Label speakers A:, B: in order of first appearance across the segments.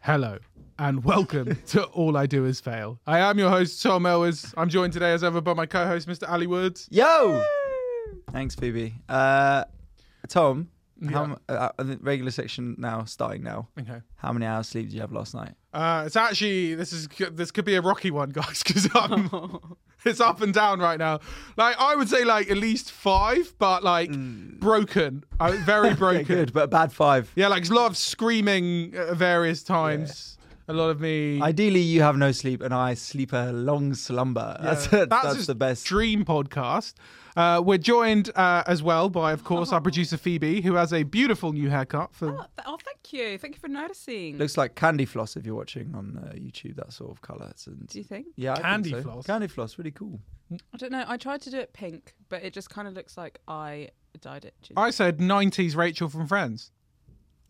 A: Hello and welcome to All I Do Is Fail. I am your host, Tom Elwes. I'm joined today as ever by my co host, Mr. Ali Woods.
B: Yo! Thanks, Phoebe. Uh, Tom, how,
A: Yeah.
B: m- uh, uh, the regular section now, starting now.
A: Okay.
B: How many hours sleep did you have last night?
A: Uh, it's actually this is this could be a rocky one, guys, because it's up and down right now. Like I would say, like at least five, but like broken, I was very broken.
B: Good, but a bad five.
A: Yeah, like a lot of screaming at various times. A lot of me.
B: Ideally, you have no sleep, and I sleep a long slumber. That's, uh, that's,
A: his
B: the best.
A: Uh, dream podcast. Uh, we're joined uh, as well by, of course, our producer Phoebe, who has a beautiful new haircut. For
C: Oh, th- oh, thank you. Thank you for noticing.
B: Looks like candy floss if you're watching on uh, YouTube, that sort of colour. It's- and-
C: do you think?
B: yeah, I think
A: Candy
B: so.
A: floss?
B: Candy floss, really cool.
C: I don't know. I tried to do it pink, but it just kind of looks like I dyed it. ginger.
A: I said '90s Rachel from Friends.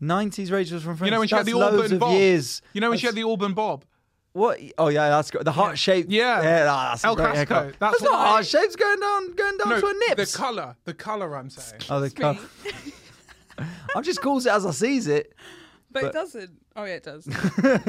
B: 90s Rachel from Friends.
A: You know when she had
B: That's
A: the Auburn
B: loads of
A: bob.
B: years.
A: You know when she had
B: That's-
A: the Auburn bob.
B: What? Oh yeah, that's good. The heart shape.
A: Yeah.
B: yeah ah, that's a
A: El
B: great
A: Clasico.
B: haircut.
A: That's
B: That's, not
A: why-
B: heart shapes going down, going down
A: No,
B: to a
A: the
B: nips.
A: color, the color. I'm saying.
B: oh, the
C: It's
B: cuff.
C: me.
B: I just calls it as I sees it.
C: but, it doesn't. Oh yeah, it does.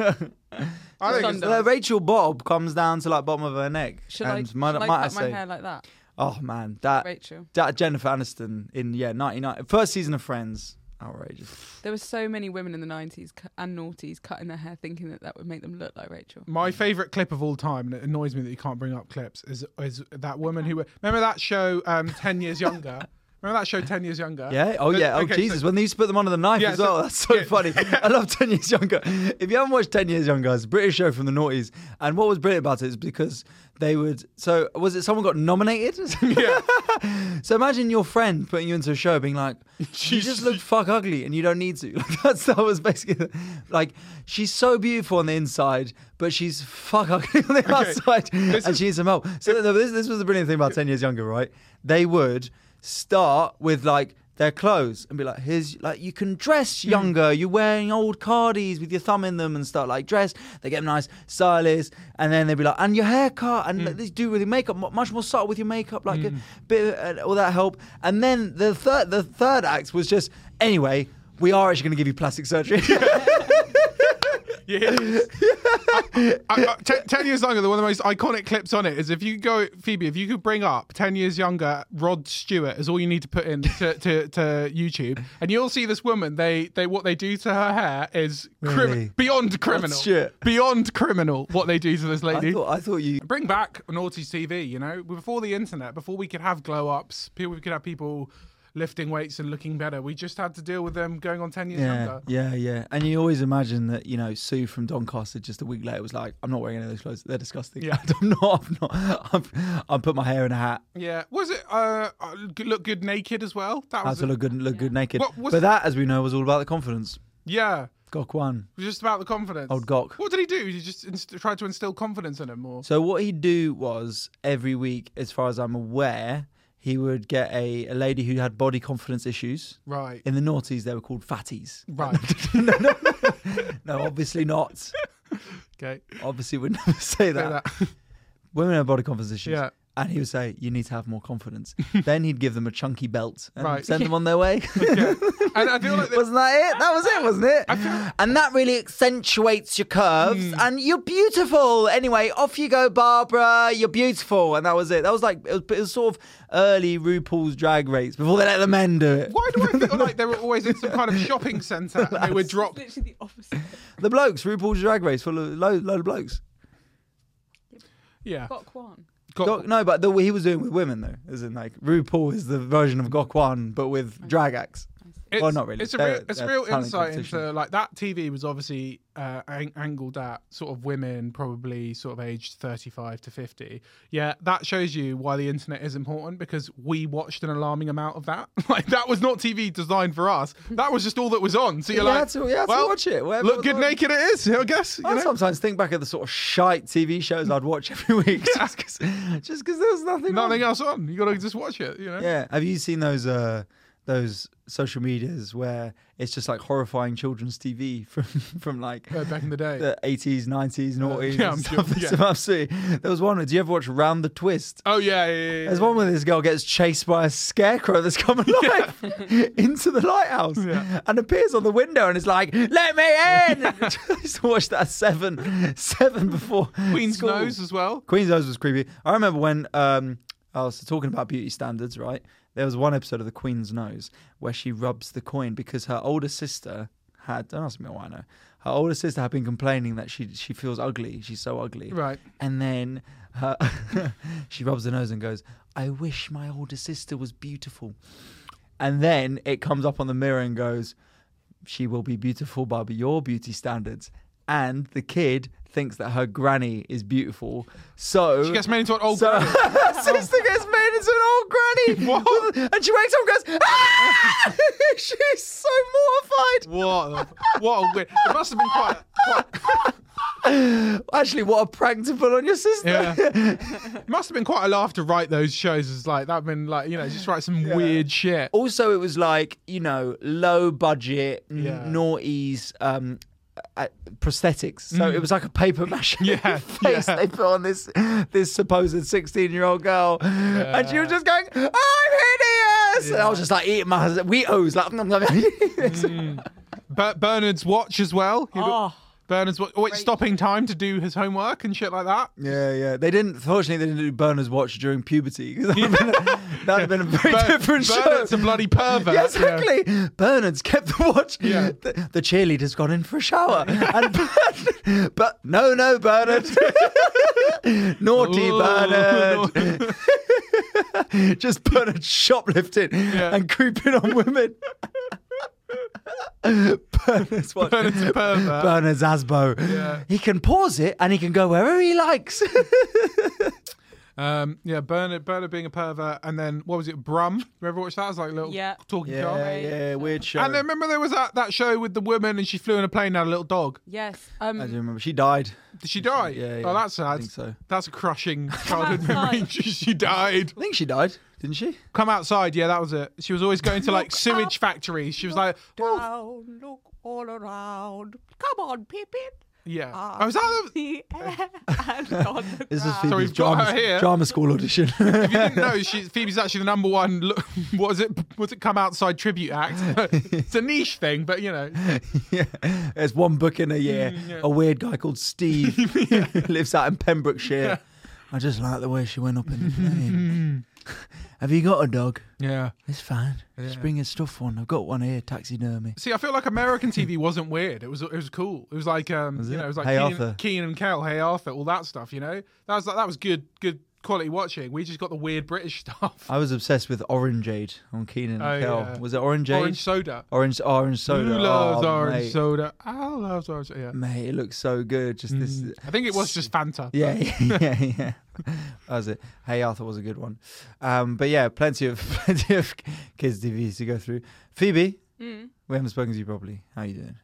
A: I think it's-
C: Thunder.
B: Uh, Rachel Bob comes down to like bottom of her neck.
C: Should I,
B: and
C: should
B: might,
C: I
B: might
C: cut my
B: say,
C: hair like that,
B: oh man, that,
C: Rachel?
B: that Jennifer Aniston in yeah 99 first season of Friends, outrageous.
C: There were so many women in the '90s cu- and noughties cutting their hair, thinking that that would make them look like Rachel.
A: My favorite clip of all time, and it annoys me that you can't bring up clips, is is that woman who remember that show um, Ten Years Younger. remember that show Ten Years Younger?
B: Yeah. Oh
A: The-
B: yeah. Oh
A: okay, so-
B: Jesus. when they used to put them under the knife
A: Yeah,
B: as
A: so-
B: well. That's so
A: yeah.
B: funny. I love Ten Years Younger. If you haven't watched Ten Years Younger, it's a British show from the noughties. And what was brilliant about it is because they would. So was it someone got nominated?
A: yeah.
B: So imagine your friend putting you into a show, being like, "You just look fuck ugly, and you don't need to." Like that's that was basically like she's so beautiful on the inside, but she's fuck ugly on the outside,
A: This
B: and
A: is-
B: she needs some help. So no, this, this was the brilliant thing about Ten Years Younger, right? They would start with like their clothes and be like, "Here's like you can
A: Hmm.
B: dress younger. You're wearing old cardies with your thumb in them and start like dress. They get them nice stylist, and then they'd be like, and your haircut, and
A: Hmm.
B: like, this dude with your makeup, mu- much more subtle with your makeup, like a bit of, uh, all that help. And then the third, the third act was just anyway. We are actually going to give you plastic surgery.
A: You hear this? I- I- Ten Ten Years Younger, the one of the most iconic clips on it is if you go, Phoebe, if you could bring up Ten Years Younger, Rod Stewart is all you need to put in to, to, to YouTube, and you'll see this woman. They they what they do to her hair is crim-
B: Really?
A: beyond criminal,
B: Stewart.
A: beyond criminal. What they do to this lady.
B: I thought, I thought you.
A: bring back naughty TV. You know, before the internet, before we could have glow ups, people we could have people lifting weights and looking better. We just had to deal with them going on ten years
B: Yeah,
A: younger.
B: yeah, yeah. And you always imagine that, you know, Sue from Doncaster just a week later was like, I'm not wearing any of those clothes. They're disgusting.
A: Yeah.
B: I'm not, I'm not. I'm, I'm put my hair in a hat.
A: Yeah, was it uh uh, g- look good naked as well? That
B: That's
A: was
B: to look good, look good naked.
A: What was-
B: but that, as we know, was all about the confidence.
A: yeah.
B: Gok Wan.
A: It was just about the confidence.
B: Old Gok.
A: What did he do? He just inst- tried to instill confidence in him, or
B: So what he'd do was every week, as far as I'm aware, he would get a, a lady who had body confidence issues.
A: right,
B: In the noughties, they were called fatties.
A: right,
B: No, obviously not.
A: okay,
B: Obviously, would never say
A: Say
B: that.
A: that.
B: Women have body confidence issues.
A: Yeah.
B: And he would say, "You need to have more confidence." then he'd give them a chunky belt and
A: Right.
B: send them on their way.
A: and I feel like the-
B: Wasn't that it? That was it, wasn't it? And that really accentuates your curves.
A: Hmm.
B: And you're beautiful. Anyway, off you go, Barbara. You're beautiful. And that was it. That was like it was, it was sort of early RuPaul's Drag Race before they let the men do it.
A: why do I feel like they were always in some kind of shopping centre and they would drop?
C: It's literally the opposite.
B: The blokes, RuPaul's Drag Race, full of load, load of blokes.
A: Yeah,
C: Got Kwan.
A: Got-
B: Gok- no, but the, he was doing with women though, isn't like RuPaul is the version of Gokwan but with drag acts.
A: It's,
B: Well, not really.
A: It's a
B: They're-
A: real, it's a
B: they're
A: real
B: talent
A: insight
B: competition.
A: into like that TV was obviously uh, ang- angled at sort of women, probably sort of aged thirty-five to fifty. Yeah, that shows you why the internet is important because we watched an alarming amount of that. like that was not TV designed for us. That was just all that was on. So you're
B: Yeah,
A: like,
B: that's all- yeah, that's all
A: well,
B: watch it, whatever
A: look
B: was
A: good
B: on."
A: naked. It is. I guess. You
B: I
A: know?
B: sometimes think back at the sort of shite TV shows I'd watch every week just because there was nothing. on.
A: Nothing else on. You got to just watch it. You know.
B: Yeah. Have you seen those uh those social medias where it's just like horrifying children's TV from from like
A: uh, back in the day.
B: the 80s, 90s, noughties.
A: yeah, I'm
B: and
A: sure,
B: stuff.
A: yeah.
B: Some absolutely. There was one. Did you ever watch Round the Twist?
A: Oh yeah, yeah, yeah, yeah.
B: There's one where this girl gets chased by a scarecrow that's come alive into the lighthouse
A: Yeah.
B: and appears on the window and is like, "Let me in!" I used to watch that at seven, seven before
A: Queen's
B: school.
A: nose as well.
B: Queen's Nose was creepy. I remember when um, I was talking about beauty standards, right? There was one episode of The Queen's Nose where she rubs the coin because her older sister had, don't ask me why I know, her older sister had been complaining that she she feels ugly. She's so ugly.
A: Right.
B: And then her, she rubs her nose and goes, I wish my older sister was beautiful. And then it comes up on the mirror and goes, She will be beautiful by your beauty standards. And the kid thinks that her granny is beautiful. So
A: She gets made into an old.
B: so
A: granny.
B: her sister gets made into an old granny.
A: What?
B: With- And she wakes up and goes, Ah! She's so mortified.
A: What? A, what a weird. It must have been quite. quite
B: Actually, what a prank to put on your sister.
A: yeah. it must have been quite a laugh to write those shows. Is like that been like you know just write some weird shit.
B: also it was like you know low budget n-
A: Yeah.
B: noughties um uh, prosthetics so it was like a paper mache
A: Mm. Yeah,
B: face
A: yeah.
B: they put on this this supposed 16 year old girl and she was just going i'm hideous and i was just like eating my wheatos like nom, nom, nom.
A: Mm. Ber- Bernard's watch as well. He-
B: Ah.
C: Oh.
A: Bernard's watch. Oh, it's
C: Great.
A: stopping time to do his homework and shit like that.
B: yeah yeah they didn't fortunately they didn't do burners watch during puberty 'cause that would have been, a very
A: Ber-
B: different show
A: Bernard's a bloody pervert.
B: Yeah,
A: yeah.
B: exactly. Bernard's kept the watch.
A: Yeah.
B: The, the cheerleader's gone in for a shower. and Bernard, but no, no, Bernard. Naughty
A: Ooh,
B: Bernard. Just Bernard shoplifting and creeping on women. Bernard's watch.
A: Bernard's a pervert.
B: Bernard's Asbo.
A: Yeah.
B: He can pause it and he can go wherever he likes.
A: Um, yeah, Bernard, Bernard being a pervert, and then what was it, Brum? You ever watched that? It was like a little
C: Yeah.
A: talking car.
B: yeah, weird show.
A: And then remember there was that, that show with the woman and she flew in a plane and had a little dog.
C: Yes.
B: I do
C: Um,
B: remember. She died.
A: Did she die?
B: Yeah, yeah.
A: Oh, that's sad.
B: I think so.
A: That's a crushing childhood
C: outside.
A: memory. she, she died.
B: I think she died, didn't she?
A: Come outside. Yeah, that was it. She was always going to like sewage factories. She was like, oh,
C: down, look all around. Come on, Pippin.
A: yeah.
C: Up
A: I was "Oh, out of.
C: the air and on the
B: This is
C: ground.
A: Ah. So
B: Phoebe's
A: we've got her
B: drama,
A: here.
B: drama school audition.
A: If you didn't know, she, Phoebe's actually the number one. Look, what was it? Was it Come Outside tribute act? it's a niche thing, but you know.
B: yeah. There's one book in a year.
A: Mm,
B: A weird guy called Steve who lives out in Pembrokeshire. I just like the way she went up in the plane. Have you got a dog?
A: Yeah.
B: It's fine. Just
A: Yeah.
B: bring a stuffed one. I've got one here, taxidermy.
A: See, I feel like American TV wasn't weird. It was it was cool. It was like um, you
B: it?
A: know, it was like
B: Hey
A: Keenan,
B: Arthur.
A: Keenan and Kel, Hey Arthur, all that stuff. You know, that was that was good good quality watching. We just got the weird British stuff.
B: I was obsessed with Orangeade on Keenan and
A: Oh,
B: Kel.
A: yeah.
B: Was it Orangeade?
A: Orange soda.
B: orange, orange soda.
A: Who loves
B: Oh,
A: orange
B: mate.
A: soda? I love orange. Yeah. Mm.
B: Mate, it looks so good. Just this.
A: I think it was just Fanta.
B: Yeah, yeah, yeah. That was it. Hey Arthur was a good one. Um, but yeah, plenty of plenty of kids TVs to go through. Phoebe,
C: Mm.
B: we haven't spoken to you properly. How you doing?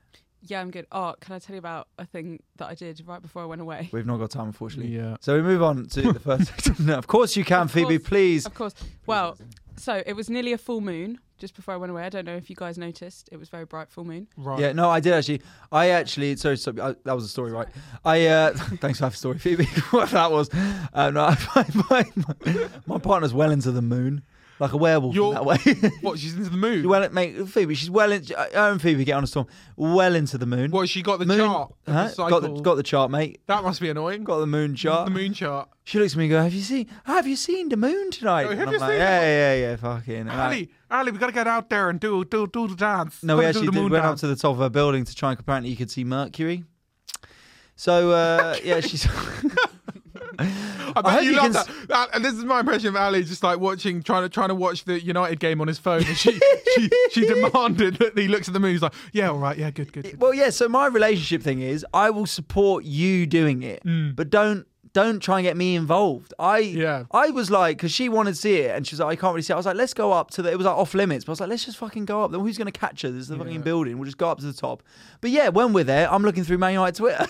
C: Yeah, I'm good. Oh, can I tell you about a thing that I did right before I went away?
B: We've not got time, unfortunately.
A: Yeah.
B: So we move on to the first. no, of course you can,
C: Of
B: Phoebe.
C: course.
B: Please.
C: Of course. Well, so it was nearly a full moon just before I went away. I don't know if you guys noticed. It was very bright full moon.
A: Right.
B: Yeah, no, I did actually. I actually, sorry, sorry I, that was a story, right? I uh, thanks for that story, Phoebe. what that was? Um, no, my, my, my, my partner's well into the moon, like a werewolf in
A: You're-
B: that way.
A: What? She's into the moon.
B: well, mate, Phoebe, she's well in. Her and Phoebe get on a storm, well into the moon.
A: What? She got the
B: Moon-
A: chart. of the
B: Huh? Got the
A: cycle.
B: got the chart, mate.
A: that must be annoying.
B: Got the moon chart.
A: the moon chart.
B: She looks at me and goes, "Have you seen? Have you seen the moon tonight?"
A: Oh, have
B: and I'm
A: you
B: like,
A: seen
B: "Yeah, yeah, yeah, fucking." And I-
A: Ali, Ali, we gotta get out there and do do do the dance.
B: no, we
A: Gotta do
B: actually
A: the
B: did,
A: moon
B: went up
A: dance.
B: to the top of her building to try and apparently you could see Mercury. So uh, yeah, she's
A: I bet
B: hope
A: you
B: you
A: love
B: can s-
A: that. Al- And this is my impression of Ali, just like watching, trying to trying to watch the United game on his phone. And she she, she demanded that he looks at the moon. He's like, yeah, all right, yeah, good, good. good."
B: well, yeah. So my relationship thing is, I will support you doing it, but don't don't try and get me involved. I
A: Mm. Yeah.
B: I was like, because she wanted to see it, and she was like, I can't really see it. I was like, let's go up to the. It was like off limits, but I was like, let's just fucking go up. Then who's going to catch us? This is the fucking building. We'll just go up to the top. But yeah, when we're there, I'm looking through Man United Twitter,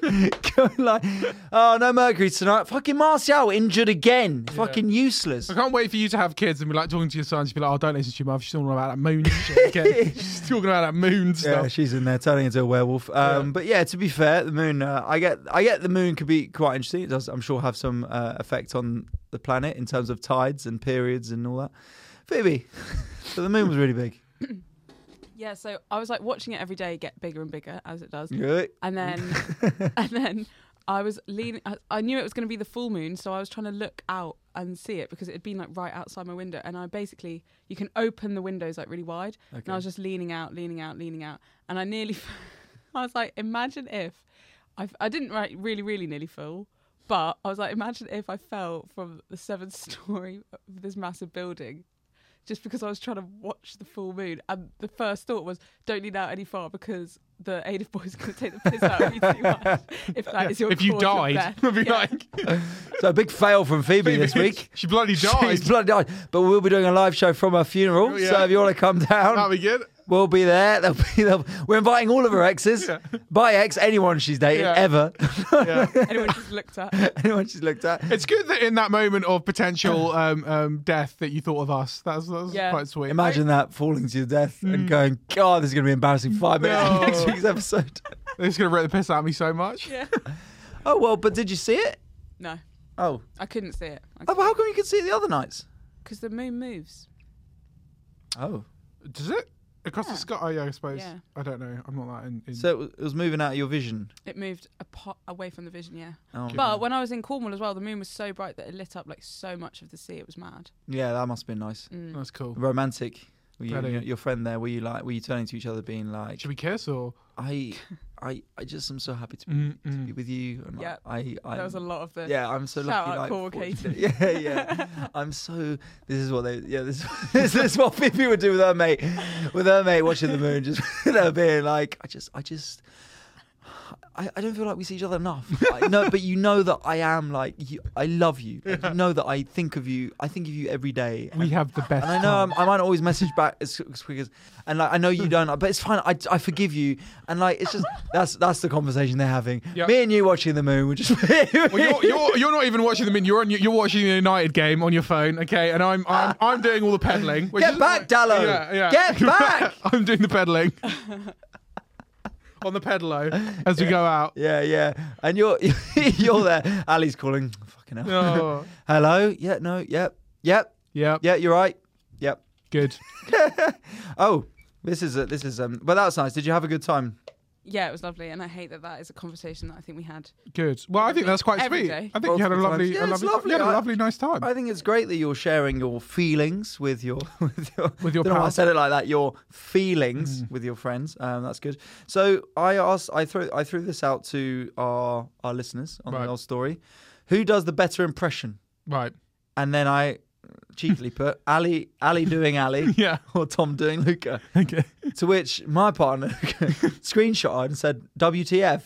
B: going like, oh no, Mercury tonight. Fucking Martial injured again. Fucking useless.
A: I can't wait for you to have kids and be like talking to your sons. You'd be like, oh, don't listen to your mum. She's talking about that moon shit again. She's talking about that moon
B: Yeah,
A: stuff.
B: she's in there turning into a werewolf. Um, But yeah, to be fair, the moon. Uh, I get, I get the moon could be quite interesting. It does, I'm sure, have some uh, effect on the planet in terms of tides and periods and all that. Phoebe, but the moon was really big.
C: Yeah, so I was like watching it every day get bigger and bigger as it does.
B: Good.
C: And then and then I was leaning I, I knew it was going to be the full moon, so I was trying to look out and see it because it had been like right outside my window and I basically you can open the windows like really wide and I was just leaning out, leaning out, leaning out and I nearly I was like imagine if I I didn't write really really nearly full but I was like imagine if I fell from the seventh story of this massive building just because I was trying to watch the full moon. And the first thought was, don't lean out any far because the Adif boys going to take the piss out of you too much. If that is your
A: If you
C: cause of
A: died,
C: death.
A: it'd be
C: Yeah.
A: like,
B: So a big fail from Phoebe, this week.
A: she bloody died.
B: She's bloody died. But we'll be doing a live show from her funeral.
A: Oh, yeah.
B: So if you want to come down,
A: That'd be good.
B: we'll be there. They'll be, they'll, we're inviting all of her exes.
A: Yeah.
B: By ex, anyone she's dated,
A: Yeah.
B: ever.
A: Yeah.
C: Anyone just looked at.
B: anyone she's looked at.
A: It's good that in that moment of potential um, um, death that you thought of us. That's that's
C: Yeah.
A: quite sweet.
B: Imagine that falling to your death and going, God, this is going to be embarrassing five minutes
A: No.
B: in next week's episode.
A: They're just gonna rip the piss out of me so much.
C: Yeah.
B: oh, well, but did you see it?
C: No,
B: Oh.
C: I couldn't see it.
B: oh but how come you could see it the other nights?
C: Because the moon moves.
B: Oh.
A: Does it across
C: Yeah.
A: the sky? Oh yeah, I suppose.
C: Yeah.
A: I don't know. I'm not that in. in...
B: So it was, it was moving out of your vision.
C: It moved apart, away from the vision, yeah.
B: Oh.
C: But when I was in Cornwall as well, the moon was so bright that it lit up like so much of the sea. It was mad.
B: Yeah, that must have been nice.
A: that's cool.
B: Romantic. Were you,
A: Bloody-
B: your, your friend there, were you like, were you turning to each other being like,
A: Should we kiss or?
B: I, I, I just am so happy to be, to be
A: Mm-mm.
B: with you. And
C: Yeah.
B: I, I,
C: There was a lot of the.
B: Yeah, I'm so
C: Shout
B: lucky.
C: out
B: like,
C: Paul
B: fortunate-
C: Caton.
B: Yeah, yeah. I'm so. This is what they. Yeah, this this is what Phoebe would do with her mate, with her mate watching the moon, just with her being like, I just, I just. I, I don't feel like we see each other enough. I, no, but you know that I am like you, I love you. Like, You know that I think of you. I think of you every day.
A: We have the best.
B: And I know I'm, I might not always message back as, as quick as, and like I know you don't, but it's fine. I, I forgive you, and like it's just that's that's the conversation they're having.
A: Yeah.
B: Me and you watching the moon, we're just
A: Well, you're, you're, you're not even watching the min. You're on, you're watching the United game on your phone, okay? And I'm I'm, I'm doing all the peddling. which
B: Get
A: is-
B: back, Dallo.
A: Yeah, yeah.
B: Get back.
A: I'm doing the peddling on the pedalo as we go out.
B: Yeah, yeah. And you're you're there. Ali's calling. Fucking hell.
A: Oh,
B: Hello? Yeah, no, yep. Yep.
A: yeah,
B: Yeah, you're right. Yep.
A: good.
B: Oh, this is a, this is um but that's nice. Did you have a good time?
C: Yeah, it was lovely. And I hate that that is a conversation that I think we had.
A: Good. Well, I think that's quite
C: Every
A: sweet.
C: day.
A: I think you had a
B: Multiple
A: lovely,
B: times.
A: a
B: Yeah, it's
A: lovely,
B: lovely.
A: You had a
B: I-
A: lovely, nice time.
B: I think it's great that you're sharing your feelings with your with your
A: With your
B: don't know why I
A: pals. Mm.
B: said it like that. Your feelings with your friends. Um, that's good. So I asked, I threw, I threw this out to our our listeners on
A: Right.
B: the old story. Who does the better impression?
A: right.
B: And then I cheekily put Ali, Ali doing Ali,
A: Yeah.
B: or Tom doing Luca.
A: Okay.
B: To which my partner screenshotted and said, WTF.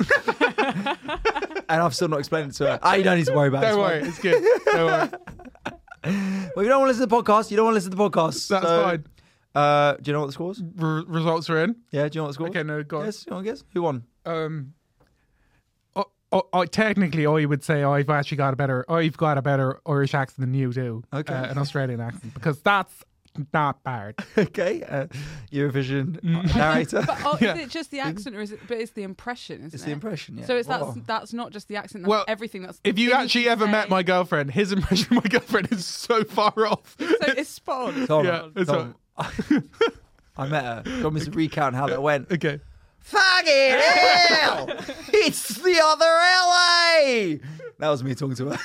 B: and I've still not explained it to her. Ah, you don't need to worry about it.
A: Don't
B: It's
A: worry, it's good. Don't worry.
B: fine. Well, if you don't want to listen to the podcast, you don't want to listen to the podcast.
A: That's
B: So,
A: fine.
B: Uh, do you know what the score was?
A: R- results are in.
B: Yeah, do you know what the score was?
A: Okay, no, go on.
B: Yes, you want to guess? Who won?
A: Um, I, I, I, technically, I would say I've actually got a better, I've got a better Irish accent than you do.
B: Okay.
A: uh, an Australian accent because that's not bad.
B: okay, uh, Eurovision
A: Mm.
B: narrator.
C: But oh,
A: Yeah.
C: is it just the accent, or is it? But it's the impression, isn't
B: It's
C: it?
B: the impression, yeah. Oh.
C: So it's that's
B: Wow.
C: that's not just the accent. That's
A: Well,
C: everything. That's the
A: If you
C: thing
A: actually
C: can
A: ever met
C: say.
A: my girlfriend, his impression of my girlfriend is so far off.
C: so it's spot on.
B: Tom,
A: Yeah, it's
B: Tom. I met her. Got me to recount how that went.
A: Okay.
B: Fucking hell! it's the other LA! That was me talking to her.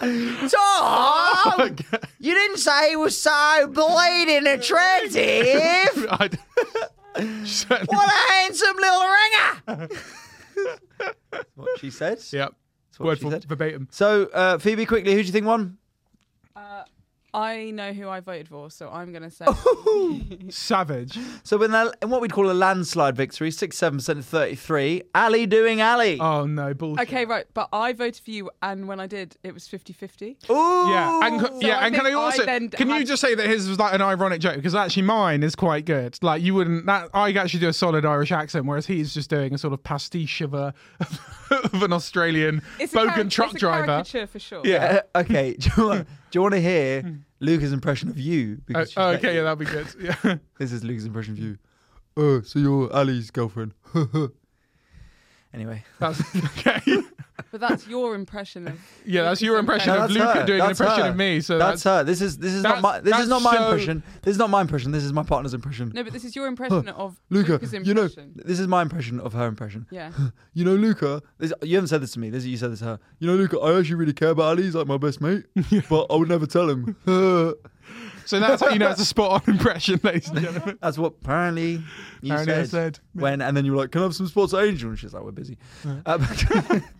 B: Tom!
A: okay.
B: You didn't say he was so blatant attractive!
A: I, Certainly-
B: What a handsome little ringer! what she said?
A: Yeah.
B: That's what
A: Word
B: she
A: for
B: said.
A: verbatim.
B: So, uh, Phoebe, quickly, who do you think won?
C: Uh, I know who I voted for, so I'm going to say.
A: Savage.
B: So in, a, in what we'd call a landslide victory, sixty-seven percent to thirty-three. Ali doing Ali.
A: Oh no, bullshit.
C: okay, right, but I voted for you, and when I did, it was 50 50.
B: Ooh.
A: Oh, Yeah, and, c-
C: Oh, So
A: yeah,
C: I
A: and can I
C: think I
A: also
C: then
A: can you
C: had-
A: just say that his was like an ironic joke because actually mine is quite good. Like you wouldn't that I actually do a solid Irish accent, whereas he's just doing a sort of pastiche of a of an Australian bogan truck driver.
C: for sure.
A: Yeah. Hmm.
B: Uh, okay. Do you, want, do you want to hear Luca's impression of you?
A: Oh,
B: Because
A: oh,
B: she's-
A: okay, yeah, that'd be good. Yeah.
B: This is Luca's impression of you. Oh, so you're Ali's girlfriend. anyway.
A: That's okay.
C: But that's your impression of.
A: Yeah, that's your impression
B: No,
A: of
B: that's
A: Luca
B: her.
A: doing an
B: That's
A: impression
B: her.
A: of me. So that's,
B: that's, her. This is this is
A: That's-
B: not my this
A: that's
B: is not my
A: so-
B: impression. This is not my impression. This is my partner's impression.
C: No, but this is your impression of
B: Luca,
C: Luca's
B: you know,
C: impression.
B: this is my impression of her impression.
C: Yeah.
B: You know, Luca, this, you haven't said this to me. This you said this to her. You know, Luca, I actually really care about Ali. He's like my best mate, but I would never tell him.
A: so that's how you know it's a spot on impression, ladies and gentlemen.
B: That's what apparently you
A: Apparently I
B: said,
A: said.
B: when, and then you were like, "Can I have some sports angel?" And she's like, "We're busy." Uh, but,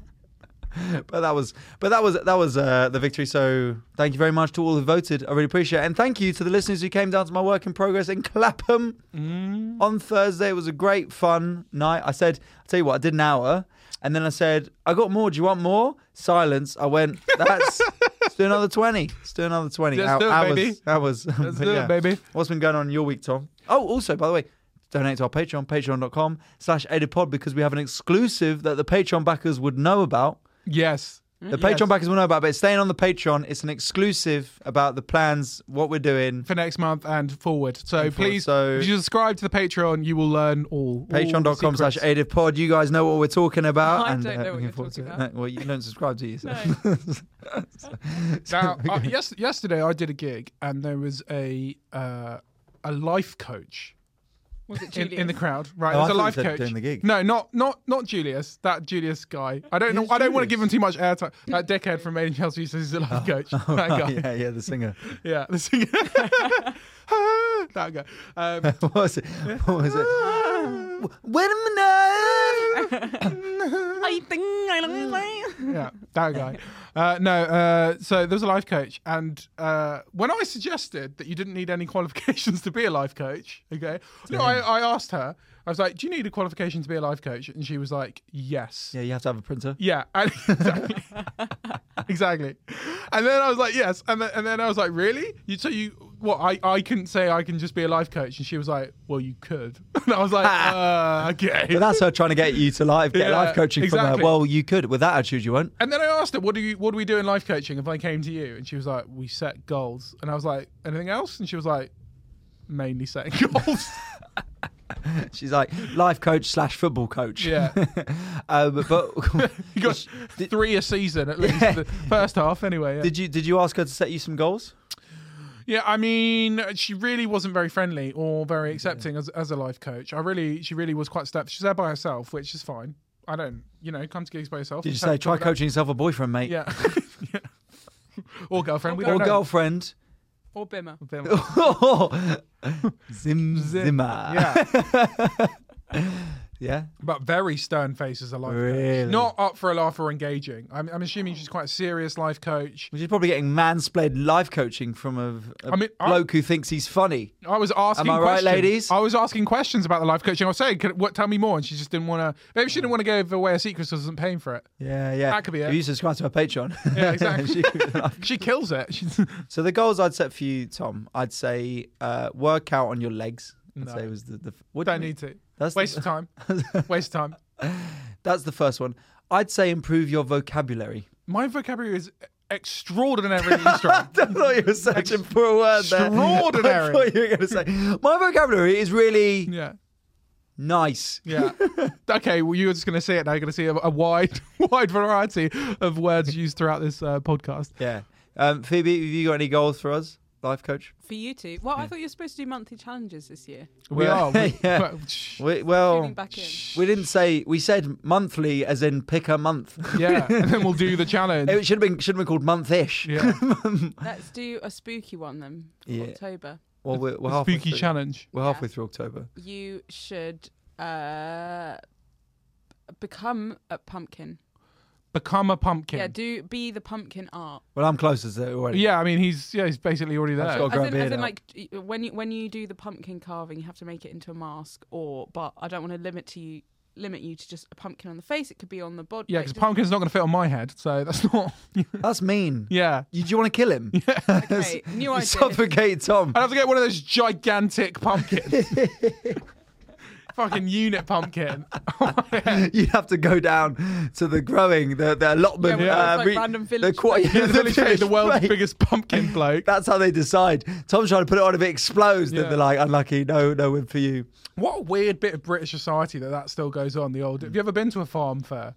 B: but that was, but that was that was uh, the victory. So thank you very much to all who voted. I really appreciate it, and thank you to the listeners who came down to my work in progress in Clapham
A: "Mm,
B: on Thursday. It was a great fun night. I said, "I tell you what, I did an hour." And then I said, I got more. Do you want more? Silence. I went, that's, let's do another 20. Let's do another 20.
A: Let's
B: Hou-
A: do it,
B: hours,
A: baby.
B: Hours.
A: Let's
B: But
A: do it, baby.
B: What's been going on in your week, Tom? Oh, also, by the way, donate to our Patreon, patreon.com slash edipod, because we have an exclusive that the Patreon backers would know about.
A: Yes.
C: Mm,
B: The Patreon backers will know about, but it's staying on the Patreon. It's an exclusive about the plans, what we're doing.
A: For next month and forward. So
B: And forward.
A: please,
B: So-
A: if you subscribe to the Patreon, you will learn all. all the
B: Patreon.com slash
A: secrets.
B: edipod. You guys know what we're talking about.
C: I
B: and, uh,
C: don't know what
B: looking
C: you're
B: forward
C: talking
B: to it.
C: about.
B: Well, you don't subscribe to you. so-
C: No.
A: Now, uh, yes, yesterday I did a gig and there was a uh, a life coach
C: Was it
A: in,
C: Julian?
A: in the crowd. Right,
B: Oh, I
A: there's
B: thought
A: a
B: you
A: life
B: said
A: coach
B: doing the gig.
A: No, not not not Julius. That Julius guy. I don't know.
B: Who's
A: I don't want to
B: Julius?
A: give him too much airtime. That dickhead from Made in Chelsea says he's a life coach. that guy. Yeah,
B: yeah, Oh, yeah, the singer.
A: the singer. that guy. Um,
B: what was it? What was it? When I'm alive.
C: I think I love you.
A: yeah, that guy. Uh, no, uh, so there was a life coach, and uh, when I suggested that you didn't need any qualifications to be a life coach, okay, no, I, I asked her. I was like, "Do you need a qualification to be a life coach?" And she was like, "Yes."
B: Yeah, you have to have a printer.
A: Yeah, and- exactly. exactly. And then I was like, yes. And then, and then I was like, really? You so you what? I I couldn't say I can just be a life coach, and she was like, well, you could. And I was like, uh, okay.
B: But that's her trying to get you to life, get
A: Yeah,
B: life coaching from her.
A: exactly.
B: Well, you could. With that attitude, you won't.
A: and then I asked her, what do you what do we do in life coaching? If I came to you, and she was like, we set goals. And I was like, anything else? And she was like, mainly setting goals.
B: She's like life coach slash football coach.
A: yeah,
B: Um, but
A: you got three a season at least.
B: Yeah.
A: The first half, anyway. Yeah.
B: did you did you ask her to set you some goals?
A: Yeah, I mean, she really wasn't very friendly or very accepting as, as a life coach. I really, she really was quite stuck. She's there by herself, which is fine. I don't, you know, come to gigs by yourself.
B: Did you
A: Just
B: say
A: have-
B: try
A: talk about-
B: coaching yourself a boyfriend, mate,
A: Yeah. Yeah. Or girlfriend. we
B: or
A: don't know.
B: girlfriend?
C: Or Bimmer.
A: Them.
B: Zim zimmer.
A: Yeah,
B: Yeah?
A: but very stern face as a life
B: Really?
A: coach. Not up for a laugh or engaging. I'm, I'm assuming she's quite a serious life coach.
B: Which is probably getting mansplained life coaching from a, a
A: I mean, I-
B: bloke who thinks he's funny.
A: I was asking
B: Am I right,
A: questions.
B: ladies?
A: I was asking questions about the life coaching. I was saying, "Can- what, tell me more. And she just didn't want to, maybe she didn't want to give away a secret so wasn't paying for it.
B: Yeah, yeah.
A: That could be
B: if
A: it.
B: you subscribe to our Patreon.
A: Yeah, exactly.
B: She-
A: She kills it. She's,
B: So the goals I'd set for you, Tom, I'd say uh, work out on your legs. I'd
A: No.
B: say was the, the what do you
A: don't
B: mean?
A: need to.
B: That's
A: Waste
B: the,
A: of time. Waste of time.
B: that's the first one. I'd say improve your vocabulary.
A: My vocabulary is extraordinarily strong.
B: I thought you were searching for a word there. I
A: Extraordinary.
B: thought you were going to say my vocabulary is really
A: Yeah.
B: nice.
A: Yeah. Okay. Well, you were just going to see it now. You're going to see a, a wide, wide variety of words used throughout this uh, podcast.
B: Yeah. Um, Phoebe, have you got any goals for us, life coach?
C: For you two. Well, I thought you were supposed to do monthly challenges this year.
A: We
B: Well,
A: are. We,
B: yeah.
A: well, shh,
B: We, well,
A: Oh.
C: Tuning back in.
B: we didn't say we said monthly, as in pick a month.
A: yeah. And then we'll do the challenge.
B: It should have been should have been called month-ish.
A: yeah.
C: Let's do a spooky one then. for
B: Yeah.
C: October.
B: Well, we're, we're halfway
A: Spooky
B: through.
A: challenge.
B: We're
C: Yeah.
B: halfway through October.
C: You should uh, become a pumpkin.
A: become a pumpkin.
C: Yeah, do be the pumpkin art.
B: Well, I'm closer to it already.
A: Yeah, I mean he's yeah he's basically already
B: That's
A: there.
B: got- grow
C: As
B: a
C: in,
B: beard
C: as in
B: out.
C: like y- when you when you do the pumpkin carving, you have to make it into a mask. Or, but I don't want to limit to you limit you to just a pumpkin on the face. It could be on the body.
A: Yeah,
C: like,
A: because
C: just-
A: pumpkin's not going to fit on my head, so that's not.
B: That's mean.
A: yeah,
B: You, do you want to kill him?
C: okay, new
B: You
C: idea.
B: suffocate Tom.
A: I'd have to get one of those gigantic pumpkins. Fucking unit pumpkin. Oh,
B: You'd have to go down to the growing, the, the allotment.
C: Yeah,
B: uh,
C: well, it's like random village
B: qua-
C: place.
A: Yeah, the, village
B: village
A: the world's
B: place.
A: biggest pumpkin bloke.
B: That's how they decide. Tom's trying to put it on if it explodes. Then
A: Yeah.
B: they're like, unlucky, no, no win for you.
A: What a weird bit of British society that that still goes on. The old. Have you ever been to a farm fair?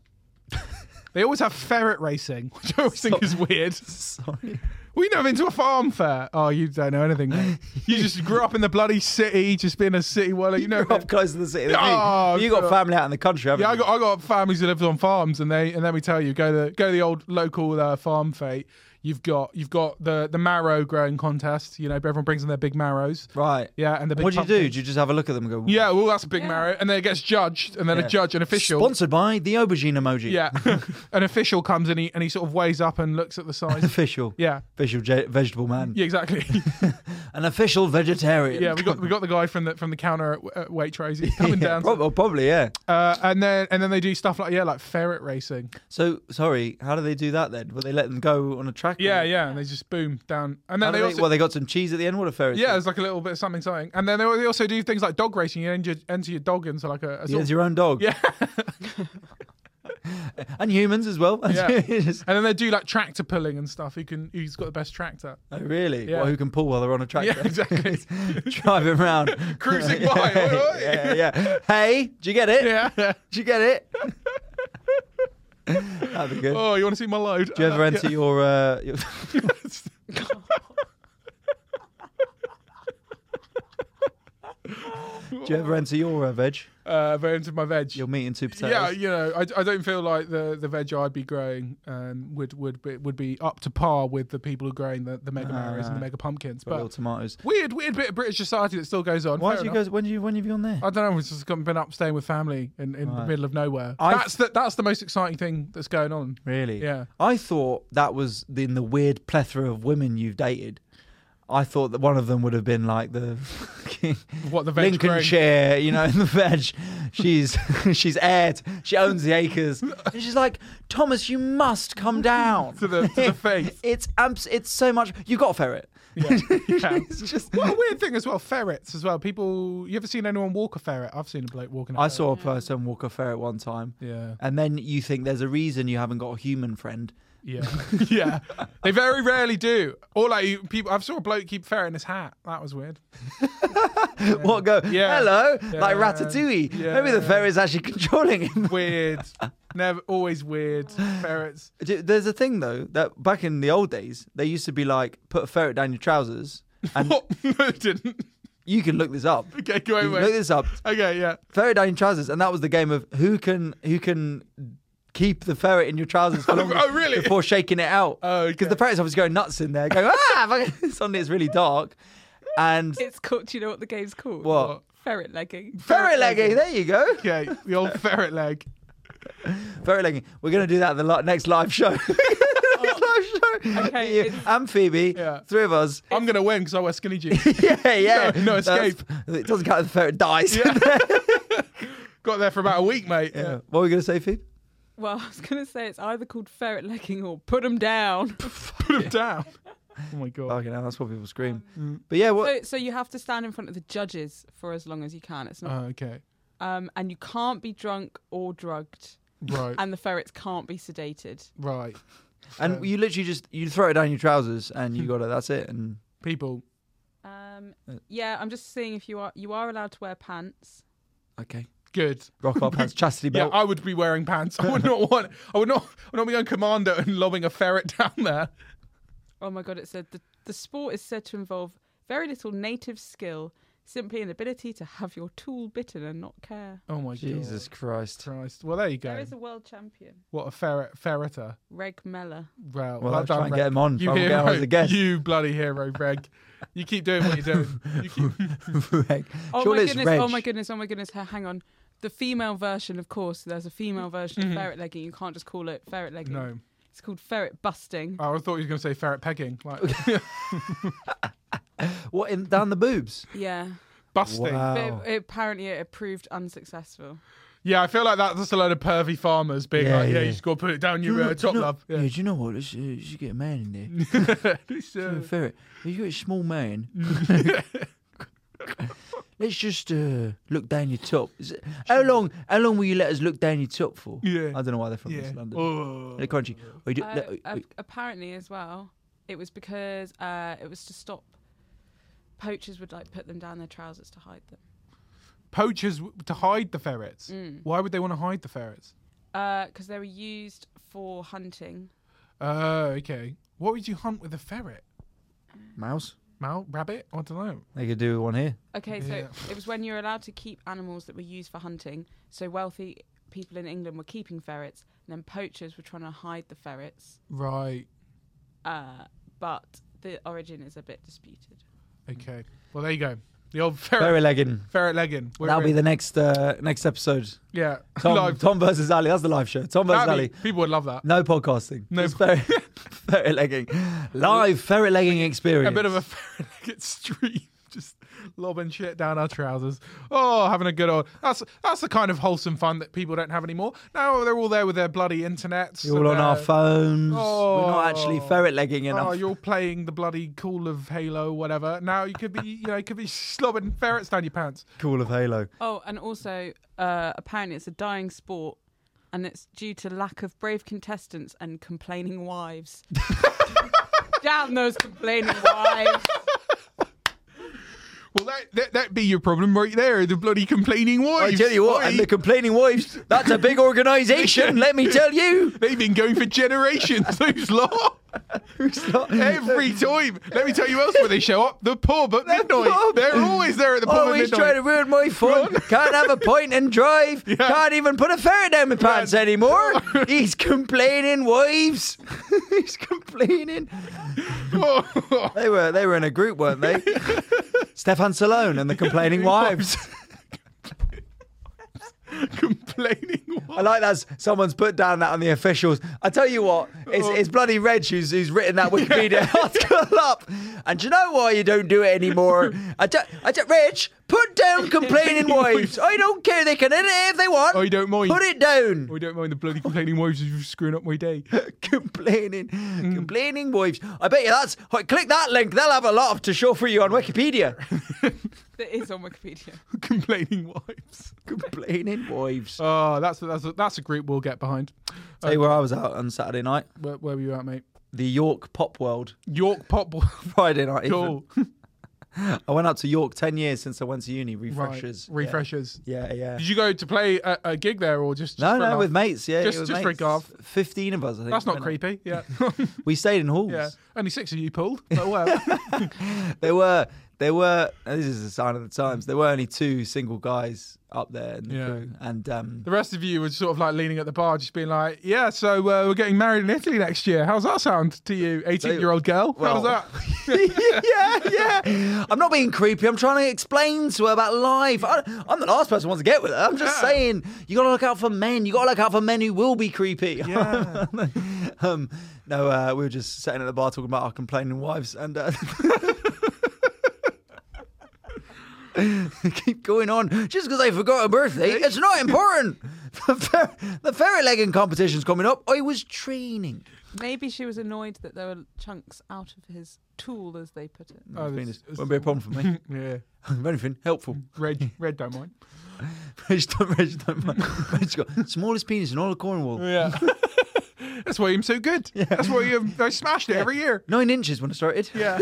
A: they always have ferret racing, which I always think is weird.
B: Sorry.
A: We never been to a farm fair. Oh, you don't know anything. mate. You just grew up in the bloody city, just being a city dweller. You know,
B: You're up close to the city. than me.
A: Oh,
B: you got
A: God.
B: family out in the country, haven't
A: Yeah, I
B: you?
A: got I got families who lived on farms, and they and then we tell you go to go to the old local uh, farm fete. You've got you've got the the marrow growing contest. You know, everyone brings in their big marrows.
B: Right.
A: Yeah, and the big.
B: What do you do?
A: pumpkins.
B: Do you just have a look at them and go,
A: Yeah, well, that's a big
C: Yeah.
A: marrow, and then it gets judged, and then
B: Yeah.
A: a judge, an official.
B: Sponsored by the aubergine emoji.
A: yeah, an official comes in, he, and he sort of weighs up and looks at the size.
B: Official.
A: yeah,
B: Official je- vegetable man.
A: yeah, exactly.
B: An official vegetarian.
A: yeah, we got we got the guy from the from the counter at, at Waitrose he's
B: Yeah,
A: coming down, to-
B: prob- well, probably, yeah.
A: uh, and then and then they do stuff like yeah, like ferret racing.
B: So, sorry, how do they do that then? Will they let them go on a track?
A: Yeah, yeah, and they just boom down, and then
B: How do
A: they
B: they-
A: also
B: well, they got some cheese at the end. What a ferret.
A: Yeah,
B: thing.
A: it's like a little bit of something, something. And then they they also do things like dog racing. You enter, enter your dog into like a, a
B: Yeah,
A: sort
B: it's
A: of-
B: your own dog.
A: yeah.
B: And humans as well.
A: Yeah.
B: Just-
A: and then they do like tractor pulling and stuff. Who can who's got the best tractor?
B: oh, really?
A: Yeah.
B: Well, who can pull while they're on a track?
A: Yeah, exactly.
B: Driving around.
A: Cruising by. Oi, oi.
B: yeah, yeah. Hey, do you get it?
A: Yeah.
B: Do you get it? That'd be good.
A: Oh, you want to see my load?
B: do you ever enter your, uh, your Do you ever enter your uh, veg?
A: Uh, ever entered my veg?
B: Your meat and two potatoes.
A: yeah, you know, I, I don't feel like the, the veg I'd be growing um, would would be, would be up to par with the people who are growing the, the mega marrows
B: Ah.
A: and the mega pumpkins.
B: Got little
A: But
B: tomatoes.
A: weird, weird bit of British society that still goes on.
B: Why
A: Fair
B: do you
A: enough.
B: guys? When do you? When have you gone there?
A: I don't know. We've just got- been up staying with family in, in the middle of nowhere.
B: I-
A: that's the that's the most exciting thing that's going on.
B: Really?
A: Yeah.
B: I thought that was the- in the weird plethora of women you've dated. I thought that one of them would have been like the fucking
A: What the veg growing-
B: Lincolnshire, you know, in the veg. She's she's aired. She owns the acres. And she's like, Thomas, you must come down
A: to the to the faith.
B: It's abs- It's so much. You got a ferret.
A: Yeah. yeah.
B: It's just.
A: What a weird thing as well, ferrets as well. People, you ever seen anyone walk a ferret? I've seen a bloke walking. A
B: I
A: ferret.
B: saw a person walk a ferret one time.
A: Yeah,
B: And then you think there's a reason you haven't got a human friend.
A: yeah, yeah. They very rarely do. Or like you- people, I've saw a bloke keep ferret in his hat. That was weird.
B: What go?
A: Yeah.
B: Hello, like
A: Yeah.
B: Ratatouille.
A: Yeah.
B: Maybe the ferret is actually controlling him.
A: Weird. Never, always weird ferrets.
B: Do- There's a thing though that back in the old days they used to be like put a ferret down your trousers, and
A: What? Oh, no, it didn't.
B: you can look this up.
A: Okay, go
B: You can look
A: away.
B: this up.
A: Okay, yeah.
B: Ferret down your trousers, and that was the game of who can who can keep the ferret in your trousers for longer
A: Oh, really?
B: before shaking it out.
A: Oh, okay.
B: because the ferret's obviously going nuts in there, going ah! fucking- Suddenly it's really dark, and
C: It's called. Do you know what the game's called?
B: what?
C: Ferret legging.
B: Ferret legging. There you go.
A: Okay, the old ferret leg.
B: Ferret legging. We're gonna do that in the li- next live show. Live show.
C: Okay,
B: You
C: it's-
B: and Phoebe,
A: Oh. Yeah.
B: three of us.
A: I'm gonna win because I wear skinny jeans.
B: yeah, yeah.
A: No, no
B: That's-
A: escape.
B: it doesn't count if the ferret dies. Yeah.
A: Got there for about a week, mate. Yeah.
B: What were we going to say, Phoebe?
C: Well, I was gonna say it's either called ferret legging or put 'em down.
A: Put him down. Oh my god.
B: Fucking hell, that's what people
A: um,
B: scream. But yeah, what?
C: So, so you have to stand in front of the judges for as long as you can. It's not,
A: Oh, okay.
B: Uh.
C: um, and you can't be drunk or drugged,
A: Right.
C: and the ferrets can't be sedated.
A: right.
B: and you literally just, you throw it down your trousers and you got it, that's it. And
A: People.
C: Um,
B: Uh,
C: yeah, I'm just seeing if you are you are allowed to wear pants.
B: okay.
A: Good.
B: Rock our pants, chastity
A: Yeah,
B: belt.
A: I would be wearing pants. I would not want. I would not. I would not be on commando and lobbing a ferret down there.
C: Oh my god, it said the the sport is said to involve very little native skill, simply an ability to have your tool bitten and not care.
A: Oh my
B: Jesus Christ.
A: God. Christ. Well, there you
C: There
A: go.
C: is a world champion,
A: What a ferret ferreter.
C: Reg Meller.
A: Well,
B: Well,
A: well
B: I'll try
A: done,
B: and
A: Reg.
B: get him on.
A: You
B: try and get him
A: hero.
B: on as a guest.
A: You bloody hero, Reg. You keep doing what you're doing. You keep,
B: Reg.
C: Oh
B: Surely
C: my
B: it's
C: goodness!
B: Reg.
C: Oh my goodness! Oh my goodness! Ha- Hang on. the female version, of course, there's a female version of ferret legging. You can't just call it ferret legging.
A: Mm-hmm. No.
C: It's called ferret busting.
A: Oh, I thought you were going to say ferret pegging, like
B: What in down the boobs?
C: Yeah.
A: busting.
B: Wow.
C: But it, it- apparently it proved unsuccessful.
A: Yeah, I feel like that's just a load of pervy farmers being
B: Yeah,
A: like, yeah,
B: yeah.
A: you just got to put it down
B: Do
A: your
B: you
A: uh,
B: know- do you
A: top
B: know-
A: love.
B: Yeah.
A: Yeah.
B: do you know what? Let's, uh, let's get a man in there.
A: It's,
B: Throw
A: uh,
B: a ferret. You got a small man.
A: Mm.
B: Let's just uh, look down your top. Is it, how long? How long will you let us look down your top for?
A: Yeah.
B: I don't know why they're from
A: yeah.
B: East London.
A: Oh.
B: They're crunchy. Oh, you do-
C: Uh,
B: let- oh,
C: ap-
B: wait.
C: apparently, as well, it was because uh, it was to stop poachers would like put them down their trousers to hide them.
A: Poachers w- to hide the ferrets.
C: Mm.
A: Why would they want to hide the ferrets?
C: because Uh, they were used for hunting.
A: Oh, okay. What would you hunt with a ferret?
B: oh, mouse.
A: Mal? Rabbit? I don't know.
B: They could do one here.
C: Okay,
A: Yeah.
C: so it was when you're allowed to keep animals that were used for hunting. So wealthy people in England were keeping ferrets, and then poachers were trying to hide the ferrets.
A: Right.
C: Uh, but the origin is a bit disputed.
A: Okay. Well, there you go. The old ferret,
B: Ferret legging.
A: ferret legging. We're
B: That'll be
A: in.
B: the next uh, next episode.
A: yeah.
B: Tom,
A: Live.
B: Tom versus Ali. That's the live show. Tom versus
A: That'd
B: Ali.
A: be- people would love that.
B: No podcasting.
A: No
B: No ferret, ferret legging. Live ferret legging
A: A
B: experience.
A: bit of a ferret legged stream. Just lobbing shit down our trousers. Oh, having a good old. That's that's the kind of wholesome fun that people don't have anymore. Now they're all there with their bloody internets.
B: You're all
A: and
B: on our
A: their-
B: phones. We're not actually
A: Oh.
B: ferret legging enough.
A: Oh, you're all playing the bloody Call of Halo, whatever. Now you could be, you know, you could be slobbing ferrets down your pants.
B: Call of Halo.
C: Oh, and also uh, apparently it's a dying sport, and it's due to lack of brave contestants and complaining wives. Damn those complaining wives!
A: Well, that that that be your problem right there. The bloody complaining
B: I
A: wives.
B: tell you what, and
A: Oi.
B: the complaining wives, that's a big organisation, let me tell you.
A: They've been going for generations, those lot. Every time. Let me tell you else where they show up. The pub at midnight.
B: pub.
A: They're always there at the pub at
B: Always
A: midnight.
B: trying to ruin my fun. Can't have a point and drive. Can't even put a ferret down my pants anymore. He's complaining, wives. He's complaining.
A: Oh,
B: They were they were in a group, weren't they? Stefan Salone and the complaining wives.
A: complaining.
B: I like that someone's put down that on the officials. I tell you what, it's, it's bloody Reg who's, who's written that Wikipedia article up. And do you know why you don't do it anymore? I don't, I don't, Reg, put down complaining wives. I don't care. They can edit it if they want.
A: I Oh, don't Oh, mind.
B: Put it down.
A: We don't mind the bloody complaining wives if you're screwing up my day.
B: complaining,
A: Mm.
B: complaining wives. I bet you that's. Click that link. They'll have a lot to show for you on Wikipedia.
C: That is on Wikipedia.
A: complaining wives.
B: complaining wives.
A: Oh, that's that's that's a group we'll get behind.
B: Tell you where I was out on Saturday night.
A: Where, where were you at, mate?
B: The York Pop World
A: York Pop. Oh,
B: Friday night. even.
A: cool.
B: I went up to York ten years since I went to uni. Refreshers,
A: Refreshers. Refreshers.
B: Yeah, yeah.
A: Did you go to play a, a gig there or just?
B: no,
A: just for
B: no,
A: a laugh?
B: with mates. Yeah,
A: Just-
B: it was
A: just
B: mates.
A: drink off.
B: Fifteen of us. I think.
A: That's not
B: Went up.
A: creepy. Yeah.
B: We stayed in halls.
A: yeah. Only six of you pulled. But well.
B: There were, there were. and This is a sign of the times. There were only two single guys up there in the
A: Yeah.
B: crew, and um,
A: The rest of you were sort of like leaning at the bar, just being like, "Yeah, so uh, we're getting married in Italy next year. How's that sound to you, eighteen-year-old girl?
B: Well-
A: How's that?"
B: yeah, yeah. I'm not being creepy. I'm trying to explain to her about life. I, I'm the last person who wants to get with her. I'm just
A: Yeah.
B: saying, you got to look out for men. You got to look out for men who will be creepy.
A: Yeah.
B: um, no, uh, we were just sitting at the bar talking about our complaining wives, and uh, keep going on. Just because I forgot a birthday, it's not important. The, fer- the ferret legging competition's coming up. I was training.
C: Maybe she was annoyed that there were chunks out of his tool, as they put it.
A: Oh,
B: Venus,
A: this- this-
B: won't be a problem for me.
A: yeah,
B: if anything, helpful.
A: red, red, don't mind.
B: Reg don't, Reg don't mind. Reg's got smallest penis in all of Cornwall.
A: Yeah, that's why I'm so good. That's why you, I smashed it every year.
B: Nine inches when I started.
A: Yeah,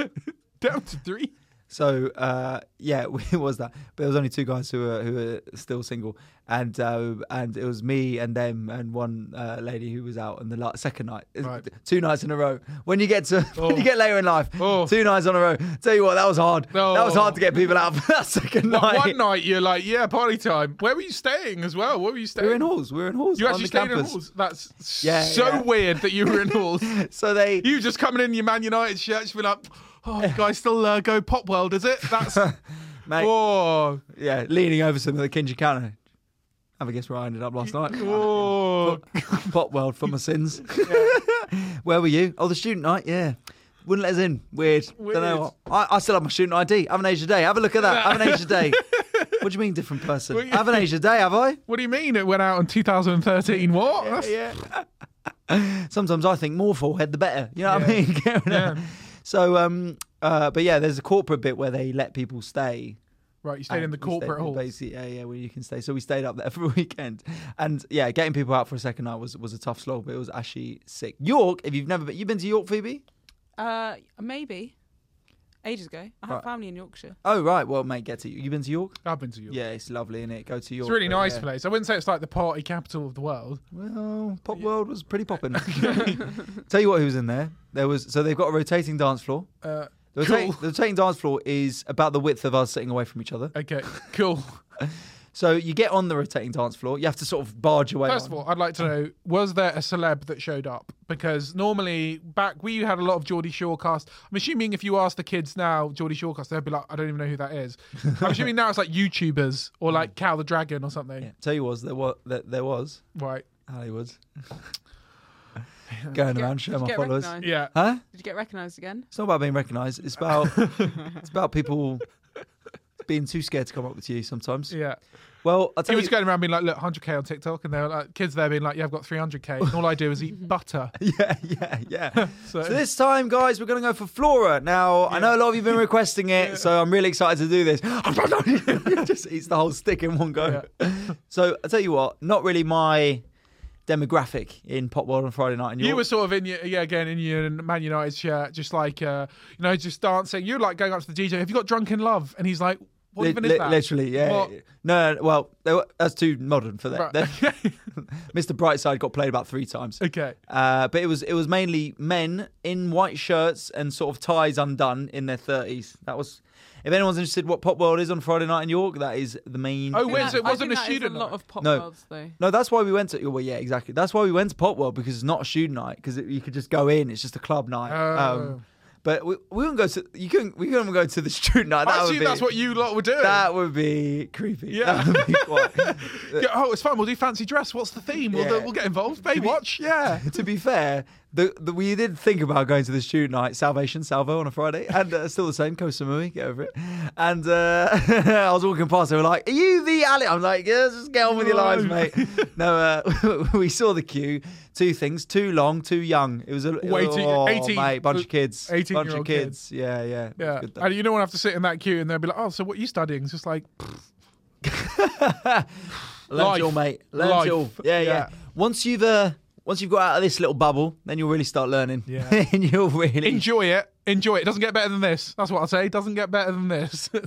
A: down to three.
B: So uh, yeah, it was that. But there was only two guys who were who were still single, and uh, and it was me and them and one uh, lady who was out on the la- second night,
A: Right.
B: two nights in a row. When you get to
A: Oh.
B: when you get later in life,
A: Oh.
B: two nights on a row. Tell you what, that was hard. That was
A: Oh.
B: hard to get people out of that second
A: But
B: night.
A: One night you're like, "Yeah, party time." Where were you staying as well? Where were you
B: we
A: staying?
B: were in halls. We were in halls.
A: you
B: on
A: actually
B: the
A: stayed in
B: campus.
A: halls. That's
B: Yeah,
A: so
B: yeah.
A: weird that you were in halls.
B: So they
A: You just coming in your Man United shirt, just be like, oh, you guys still uh, go pop world, is it? That's
B: mate,
A: oh,
B: yeah, leaning over some of the Kinji counter. Have a guess where I ended up last night?
A: Oh,
B: Pot world for my sins. Where were you? Oh, the student night. Yeah. Wouldn't let us in. Weird. Don't know what. I, I still have my student ID. Have an Asia day. Have a look at that. Have an Asia day. what do you mean, different person?
A: Well, you-
B: Have an Asia day. Have I?
A: what do you mean it went out in 2013? What? That's-
B: Yeah. Sometimes I think more forehead the better. You know what I
A: Yeah.
B: mean? Karen?
A: Yeah.
B: So, um, uh, but yeah, there's a corporate bit where they let people stay.
A: Right, you stayed in
B: And
A: the
B: we stayed
A: corporate
B: in
A: hall.
B: Basically, yeah, yeah, where you can stay. So we stayed up there for a weekend, and yeah, getting people out for a second night was was a tough slog, but it was actually sick. York, if you've never been, you've been to York, Phoebe?
C: Uh, maybe. Ages ago. I had
B: Right.
C: family in Yorkshire.
B: Oh right, well mate, get to you. You been to York?
A: I've been to York.
B: Yeah, it's lovely, is it? Go to York.
A: It's a really
B: but
A: nice
B: yeah.
A: place. I wouldn't say it's like the party capital of the world.
B: Well, Pop World was pretty popping. Tell you what, who was in there? There was so they've got a rotating dance floor.
A: Uh,
B: The,
A: Cool.
B: rotating, the rotating dance floor is about the width of us sitting away from each other.
A: okay, cool.
B: So you get on the rotating dance floor. You have to sort of barge your way.
A: First of
B: on.
A: all, I'd like to know was there a celeb that showed up? Because normally back we had a lot of Geordie Shore cast. I'm assuming if you ask the kids now Geordie Shore cast, they'd be like, I don't even know who that is. I'm assuming now it's like YouTubers or like Cal the Dragon or something.
B: Yeah. Tell you was there was there, there was
A: Right.
B: Hollywood going
C: Did you
B: around showing
C: get- did you
B: my
C: get
B: followers.
C: recognised?
A: Yeah.
B: Huh?
C: Did you get recognised again?
B: It's not about being recognised. It's about it's about people being too scared to come up to you sometimes.
A: Yeah.
B: Well, I tell
A: He
B: you,
A: was going around being like, look, 100K on TikTok. And there were like kids there being like, yeah, I've got 300K. And all I do is eat butter.
B: yeah, yeah, yeah.
A: So,
B: So this time, guys, we're going to go for Flora. Now, I know a lot of you've been requesting it, so I'm really excited to do this. Just eats the whole stick in one go. So I tell you what, not really my demographic in Pop World on Friday night. And
A: you were sort of in your, yeah, again, in your Man United shirt, just like, uh, you know, just dancing. You're like going up to the DJ, have you got Drunken Love? And he's like, what
B: Li-
A: even is
B: li-
A: that?
B: literally, yeah.
A: What?
B: No, no, no, well, they were- that's too modern for that.
A: Right.
B: That- Mr. Brightside got played about three times.
A: okay.
B: Uh, but it was it was mainly men in white shirts and sort of ties undone in their thirties. That was. If anyone's interested, what Pop World is on Friday night in York, that is the main.
A: Oh,
C: I
A: Wait,
C: think
A: so it
C: I
A: wasn't
C: think
A: a
C: that is
A: student
C: A lot
A: night?
C: of pop
B: No.
C: worlds though.
B: No, that's why we went to. Well, yeah, exactly. That's why we went to Pop World because it's not a shoot night because you could just go in. It's just a club night. Um,
A: Oh.
B: but we, we wouldn't go to. You couldn't. We couldn't go to the shoot night. That
A: I
B: would
A: assume
B: be,
A: that's what you lot were doing.
B: That would be creepy.
A: Yeah.
B: That would be quite-
A: Yeah, oh, it's fun. We'll do fancy dress. What's the theme? We'll, do-
B: Yeah.
A: we'll get involved. Baywatch. Yeah.
B: to be fair, the, the, we did think about going to the student night, Salvation Salvo on a Friday, and uh, still the same, Koh Samui, get over it. And uh, I was walking past, they were like, "Are you the Ali?" I'm like, "Yeah, just get on with your lives,
A: No.
B: mate." no, uh, we saw the queue. Two things: too long, too young. It was a
A: Way too-
B: oh,
A: 18
B: mate, bunch of kids,
A: 18
B: bunch
A: year
B: of
A: old
B: kids. Yeah, yeah, It was
A: Yeah.
B: good though.
A: And you don't want to have to sit in that queue and they'll be like, oh, so what are you studying? It's just like,
B: Learn
A: Life.
B: till, mate. Learn
A: Life.
B: till. Yeah, yeah,
A: Yeah.
B: Once you've uh, once you've got out of this little bubble, then you'll really start learning.
A: Yeah.
B: and you'll really
A: enjoy it. Enjoy it. It doesn't get better than this. That's what I say. It doesn't get better than this.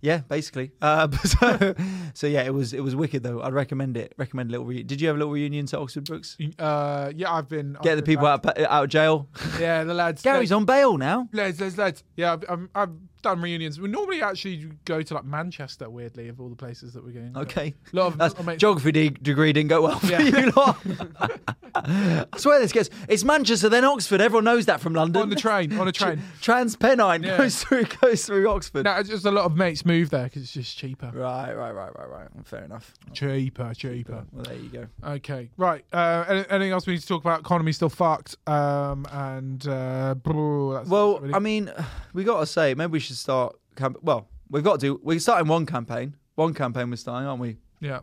B: Yeah, basically. Uh, but so, so yeah, it was it was wicked though. I'd recommend it. Recommend a little. Re- Did you have a little reunion to Oxford Brooks?
A: uh, yeah, I've been. I've
B: Get the
A: been
B: people
A: back.
B: out, of- out of jail.
A: Yeah, the lads.
B: Gary's on bail now.
A: Lads, lads, lads. Yeah, I've, I've, I've done reunions. We normally actually go to like Manchester, weirdly, of all the places that we're going.
B: Okay.
A: A lot of,
B: That's,
A: I mean-
B: geography de- degree didn't go well for
A: Yeah.
B: you lot. I swear this gets it's Manchester then Oxford. Everyone knows that from London.
A: on the train, on a train.
B: Trans Pennine
A: Yeah.
B: goes through goes through Oxford.
A: no, it's just a lot of mates move there because it's just cheaper.
B: Right, right, right, right, right. Fair enough.
A: Cheaper, cheaper.
B: Well, there you go.
A: Okay, right. Uh, any- anything else we need to talk about? Economy's still fucked. Um, and uh, brr, that's,
B: Well,
A: that's really-
B: I mean, we got to say maybe we should start. Camp- well, we've got to. We're starting one campaign. One campaign we're starting, aren't we?
A: yeah.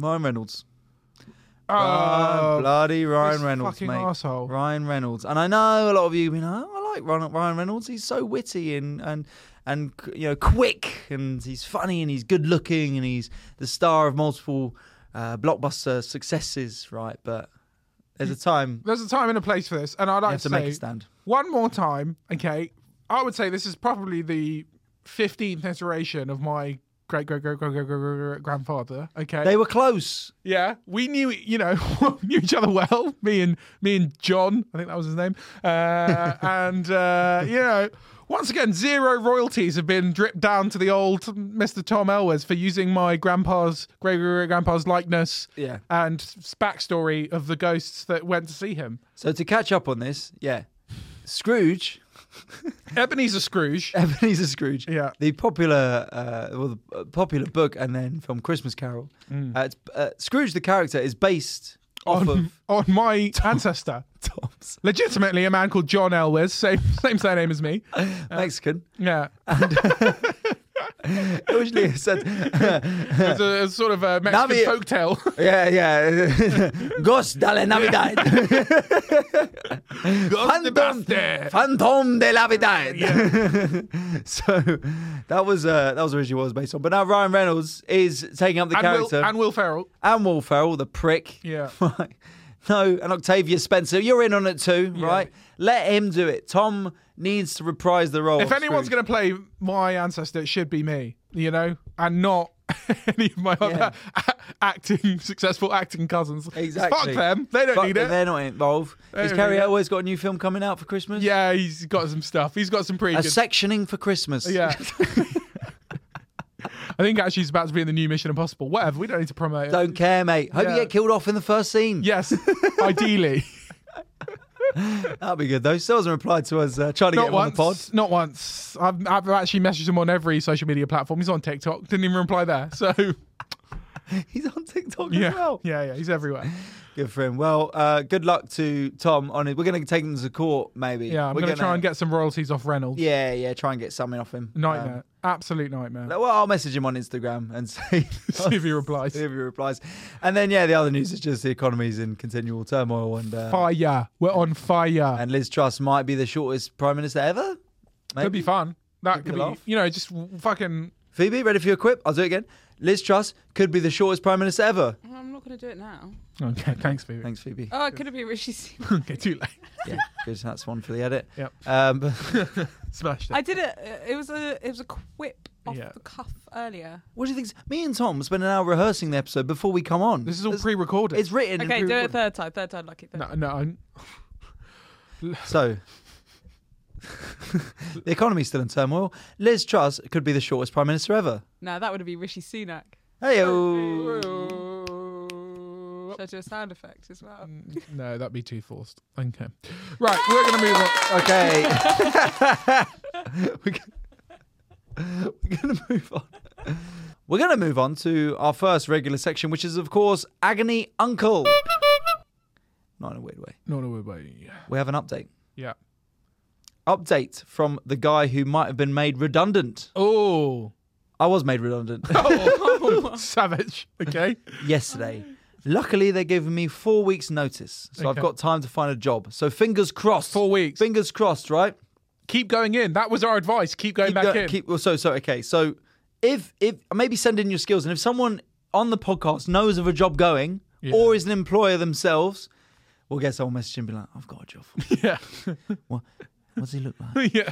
B: Ryan Reynolds.
A: Oh,
B: Ryan- bloody Ryan
A: Um, this
B: Reynolds,
A: fucking
B: mate.
A: arsehole.
B: Ryan Reynolds, and I know a lot of you have been. Oh, I like Ryan, Ryan Reynolds. He's so witty and and and you know quick, and he's funny, and he's good looking, and he's the star of multiple uh, blockbuster successes, right? But there's a time
A: There's a time and a place for this, and I'd
B: you
A: like
B: have
A: to,
B: to make
A: say
B: a stand.
A: one more time. Okay, I would say this is probably the 15th iteration of my great great great great great great, great, great grandfather. Okay,
B: They were close.
A: yeah, we knew you know knew each other well. Me and me and John, I think that was his name. Uh, and uh, you know, once again, zero royalties have been dripped down to the old Mr. Tom Elwes for using my grandpa's great great grandpa's likeness.
B: Yeah.
A: and s- backstory of the ghosts that went to see him.
B: So to catch up on this, yeah, Scrooge
A: Ebenezer Scrooge.
B: Ebenezer Scrooge.
A: Yeah.
B: The popular, uh, well, the uh, popular book and then film Christmas Carol. Uh, it's, uh, Scrooge the character is based off
A: Mm. on,
B: of
A: on my ancestor.
B: Tom's
A: Legitimately, a man called John Elwes, same same surname as me.
B: Mexican.
A: Yeah,
B: Originally it said,
A: it's a, it's sort of a Mexican
B: Navi-
A: folktale.
B: yeah, yeah, Ghost de la Navidad,
A: Ghost of
B: Phantom,
A: Buster.
B: Phantom de la Navidad. so that was uh, that was originally what it was based on. But now Ryan Reynolds is taking up the
A: and
B: character
A: Will, and Will Ferrell.
B: and Will Ferrell, the prick.
A: Yeah.
B: Right. No, and Octavia Spencer, you're in on it too, right? Let him do it. Tom needs to reprise the role.
A: If anyone's going to play my ancestor, it should be me, you know, and not any of my other a- acting successful acting cousins.
B: Exactly.
A: Fuck them. They don't need it.
B: They're not involved.
A: They
B: Is
A: don't need
B: Carrie
A: it.
B: Elwes got a new film coming out for Christmas?
A: Yeah, he's got some stuff. He's got some pretty
B: A
A: good.
B: sectioning for Christmas.
A: yeah. I think actually he's about to be in the new Mission Impossible. Whatever. We don't need to promote. it.
B: Don't care, mate. Hope
A: Yeah.
B: you get killed off in the first scene.
A: Yes, ideally.
B: That'd be good though. Still hasn't replied to us uh, trying to get
A: Not
B: him on the
A: once.
B: pod.
A: Not once. I've, I've actually messaged him on every social media platform. He's on TikTok. Didn't even reply there. So
B: He's on TikTok
A: yeah,
B: as well.
A: yeah, yeah. He's everywhere.
B: Good for him. Well, uh, good luck to Tom on it. We're gonna take him to court, maybe.
A: Yeah, I'm
B: We're
A: going to try and get some royalties off Reynolds.
B: Yeah, yeah, try and get something off him.
A: Nightmare.
B: Um,
A: Absolute nightmare.
B: well, I'll message him on Instagram and see,
A: See if he replies.
B: see if he replies. And then, yeah, the other news is just the economy's in continual turmoil, and uh,
A: Fire. We're on fire.
B: and Liz Truss might be the shortest prime minister ever. Maybe.
A: Could be fun. That could
B: be
A: be,
B: a laugh.
A: you know, just w- fucking.
B: Phoebe, ready for your quip? I'll do it again. Liz Truss could be the shortest prime minister ever.
C: Oh, I'm not going to do it now.
A: Okay, thanks, baby.
B: Thanks, Phoebe.
C: Oh, it could have been Rishi Sunak.
A: okay, too late.
B: Yeah, good. That's one for the edit.
A: Yep.
B: Um, but
A: Smashed it.
C: I did it. It was a it was a quip off
A: Yeah.
C: the cuff earlier.
B: what do you think? Me and Tom spent an hour rehearsing the episode before we come on.
A: this is all
B: It's-
A: pre recorded.
B: It's written. and
C: Okay, do it
B: pre-recorded.
C: third time. Third time, lucky. Third.
A: No, no. I'm-
B: So, the economy's still in turmoil. Liz Truss could be the shortest prime minister ever.
C: No, that would have been Rishi Sunak.
B: Hey, Oh.
C: Should I do a sound effect as well?
A: No, that'd be too forced. Okay. Right, we're going to move on.
B: okay. We're gonna- We're going to move on. We're going to move on to our first regular section, which is, of course, Agony Uncle. Not in a weird way.
A: No, no, wait, wait.
B: We have an update.
A: Yeah.
B: Update from the guy who might have been made redundant.
A: Oh.
B: I was made redundant
A: oh. Savage. Okay.
B: yesterday. Luckily, they're giving me four weeks' notice, so I've
A: Okay.
B: got time to find a job. So fingers crossed.
A: Four weeks.
B: Fingers crossed, right?
A: Keep going in. That was our advice. Keep going back
B: go-
A: in.
B: keep- well, so so okay. So if if maybe send in your skills, and if someone on the podcast knows of a job going
A: Yeah.
B: or is an employer themselves, we'll get someone messaging and be like, "I've got a job. for you."
A: Yeah.
B: what? What does he look like?"
A: yeah.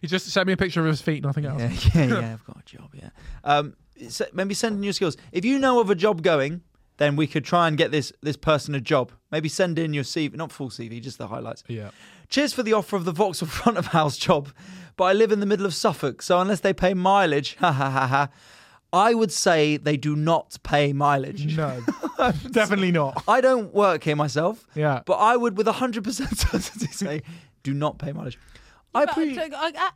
A: He just sent me a picture of his feet, nothing else.
B: Yeah, yeah, yeah. I've got a job. Yeah. Um, so maybe send in your skills. If you know of a job going, then we could try and get this this person a job. Maybe send in your CV, not full CV, just the highlights.
A: Yeah.
B: Cheers for the offer of the Vauxhall front of house job, but I live in the middle of Suffolk, so unless they pay mileage, ha ha ha ha, I would say they do not pay mileage.
A: No. Definitely not.
B: I don't work here myself,
A: Yeah.
B: but I would with 100% certainty say do not pay mileage. I
C: But,
B: appreciate.
C: like, I- I-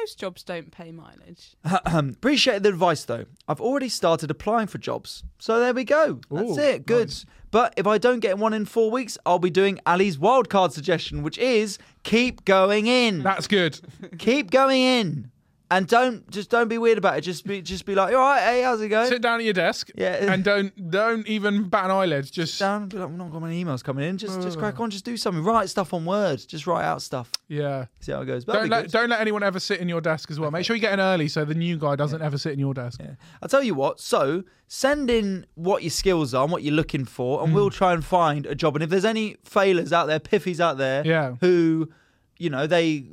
C: most jobs don't pay mileage.
B: Ahem. Appreciate the advice though. I've already started applying for jobs. So there we go. That's
A: Ooh,
B: it. Good.
A: nice.
B: But if I don't get one in four weeks, I'll be doing Ali's wildcard suggestion, which is keep going in.
A: That's good.
B: keep going in. And don't just don't be weird about it. Just be just be like, all right, hey, how's it going?
A: Sit down at your desk.
B: Yeah.
A: And don't don't even bat an eyelid. Just
B: down and be like, I've not got many emails coming in. Just
A: Oh.
B: just crack on, just do something. Write stuff on Word. Just write out stuff.
A: yeah.
B: See how it goes. But
A: Don't
B: that'd be
A: let
B: good.
A: don't let anyone ever sit in your desk as well. Make sure you get in early so the new guy doesn't ever sit in your desk.
B: Yeah. I'll tell you what. So send in what your skills are and what you're looking for, and
A: Mm.
B: we'll try and find a job. And if there's any failures out there, piffies out there,
A: Yeah.
B: who, you know, they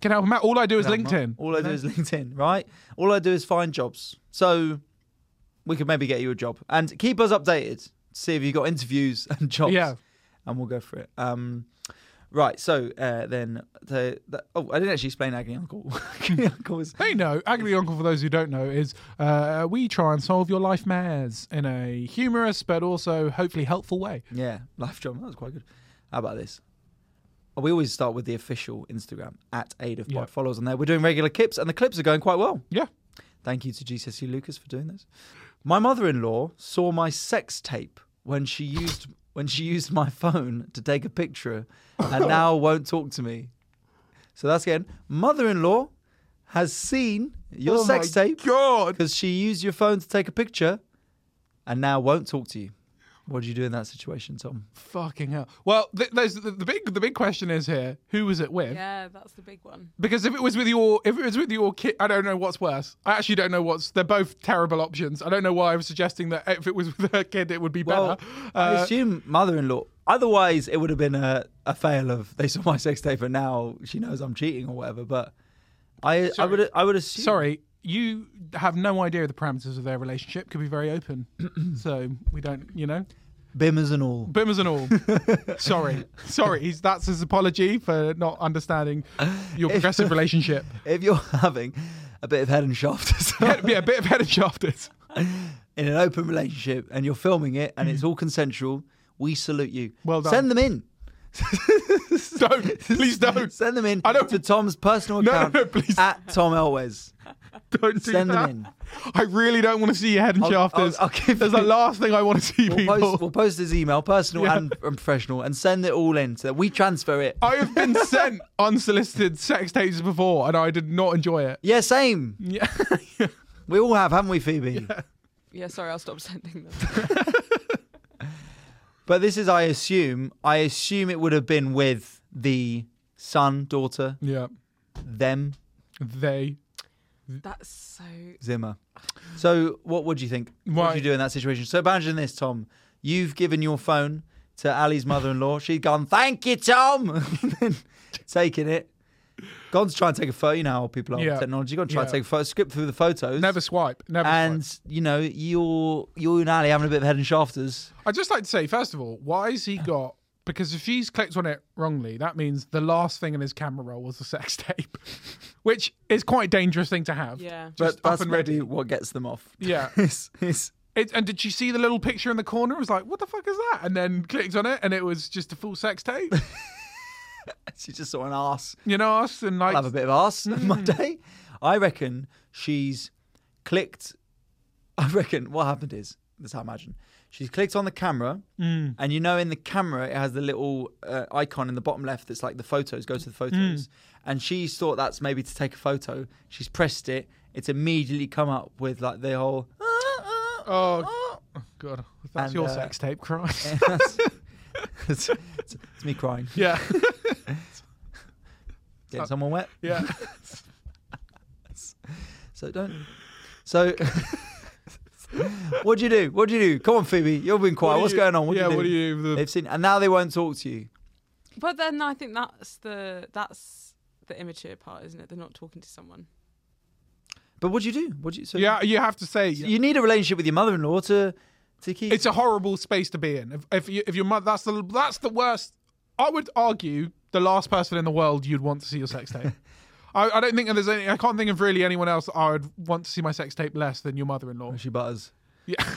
A: Can help him out. All I do is LinkedIn.
B: All I do is LinkedIn, right? All I do is find jobs. So we could maybe get you a job and keep us updated. See if you got interviews and jobs.
A: Yeah.
B: and we'll go for it. Um, right. So uh, then, the, the, oh, I didn't actually explain agony uncle. agony uncle was
A: They know. Agony Uncle, for those who don't know, is uh, we try and solve your life mares in a humorous but also hopefully helpful way.
B: Yeah, life drum. That was quite good. How about this? we always start with the official Instagram at Aid of Pod.
A: Yeah.
B: Follow us on there. We're doing regular clips, and the clips are going quite well.
A: Yeah.
B: Thank you to GCSE E Lucas for doing this. My mother-in-law saw my sex tape when she used when she used my phone to take a picture, and now won't talk to me. So that's again. Mother-in-law has seen your
A: Oh
B: sex
A: my
B: tape
A: God.
B: because she used your phone to take a picture, and now won't talk to you. What do you do in that situation, Tom?
A: Fucking hell. Well, th- there's the, the big the big question is here: who was it with?
C: Yeah, that's the big one.
A: Because if it was with your if it was with your kid, I don't know what's worse. I actually don't know what's. They're both terrible options. I don't know why I was suggesting that if it was with her kid, it would be
B: Well,
A: better.
B: I
A: Uh,
B: assume mother-in-law. Otherwise, it would have been a, a fail of they saw my sex tape and now she knows I'm cheating or whatever. But I I
A: Sorry.
B: would I would assume.
A: sorry, you have no idea the parameters of their relationship. Could be very open, so we don't. You know,
B: bimmers and all.
A: boomers and all. sorry, sorry. He's, that's his apology for not understanding your progressive relationship.
B: If you're having a bit of head and shoulders
A: Head, yeah, a bit of head and shoulders.
B: in an open relationship and you're filming it and it's all consensual, we salute you.
A: Mm-hmm. Well done.
B: Send them in.
A: Don't please don't
B: Send them in
A: I don't-
B: to Tom's personal
A: No, no,
B: account
A: no, please.
B: at Tom Elwes.
A: don't do
B: Send
A: that.
B: them in.
A: I really don't want to see your head and
B: I'll-
A: shoulders.
B: I'll- I'll give
A: That's
B: you-
A: the last thing I want to see
B: We'll
A: people.
B: post, we'll post his email, personal
A: Yeah. Oh.
B: and, and professional, and send it all in so that we transfer it.
A: I have been sent unsolicited sex tapes before, and I did not enjoy it.
B: Yeah, same.
A: Yeah.
B: We all have, haven't we, Phoebe?
C: Yeah, sorry, I'll stop sending them.
B: But this is, I assume, I assume it would have been with the son, daughter,
A: yeah.
B: them,
A: They.
C: That's so.
B: Zimmer. So, what would you think? What would you
A: Right.
B: do in that situation? So, imagine this, Tom. You've given your phone to Ali's mother-in-law. She'd gone, "Thank you, Tom," taking it. Gone to try and take a photo. You know how people are with
A: Yeah.
B: technology. Gone to try and
A: Yeah.
B: take a photo. Skip through the photos.
A: Never swipe. Never
B: And
A: swipe.
B: you know, you're you're and Ali having a bit of head and shafters.
A: I'd just like to say, first of all, why has he got. Because if she's clicked on it wrongly, that means the last thing in his camera roll was a sex tape, which is quite a dangerous thing to have.
C: Yeah.
A: Just
B: but
A: up
B: that's
A: and ready.
B: maybe what gets them off.
A: Yeah.
B: It's- it's-
A: It, and did she see the little picture in the corner? It was like, what the fuck is that? And then clicked on it, and it was just a full sex tape.
B: she just saw an ass.
A: you know, us and like,
B: I'll have a bit of ass in my day. I reckon she's clicked. I reckon what happened is that's how I imagine. She's clicked on the camera,
A: Mm.
B: and you know, in the camera, it has the little uh, icon in the bottom left that's like the photos, go to the
A: Mm.
B: photos. And she thought that's maybe to take a photo. She's pressed it, it's immediately come up with like the whole.
A: Oh. God, that's
B: And,
A: your
B: uh,
A: sex tape, Christ.
B: it's, it's- it's me crying.
A: yeah, Oh.
B: Getting someone wet.
A: yeah.
B: So don't. So, what do you do? What do you do? Come on, Phoebe. You've been quiet.
A: What do
B: What's
A: you-
B: going on? What
A: yeah,
B: do you do?
A: what do you? The,
B: They've seen, and now they won't talk to you.
C: But then I think that's the that's the immature part, isn't it? They're not talking to someone.
B: But what do you do? What do you? So,
A: yeah, you have to say
B: so you need a relationship with your mother-in-law to to keep.
A: it's a horrible space to be in. If, if you, if your mother, that's the that's the worst. I would argue the last person in the world you'd want to see your sex tape. I, I don't think there's any. I can't think of really anyone else I would want to see my sex tape less than your mother-in-law.
B: she butters.
A: Yeah.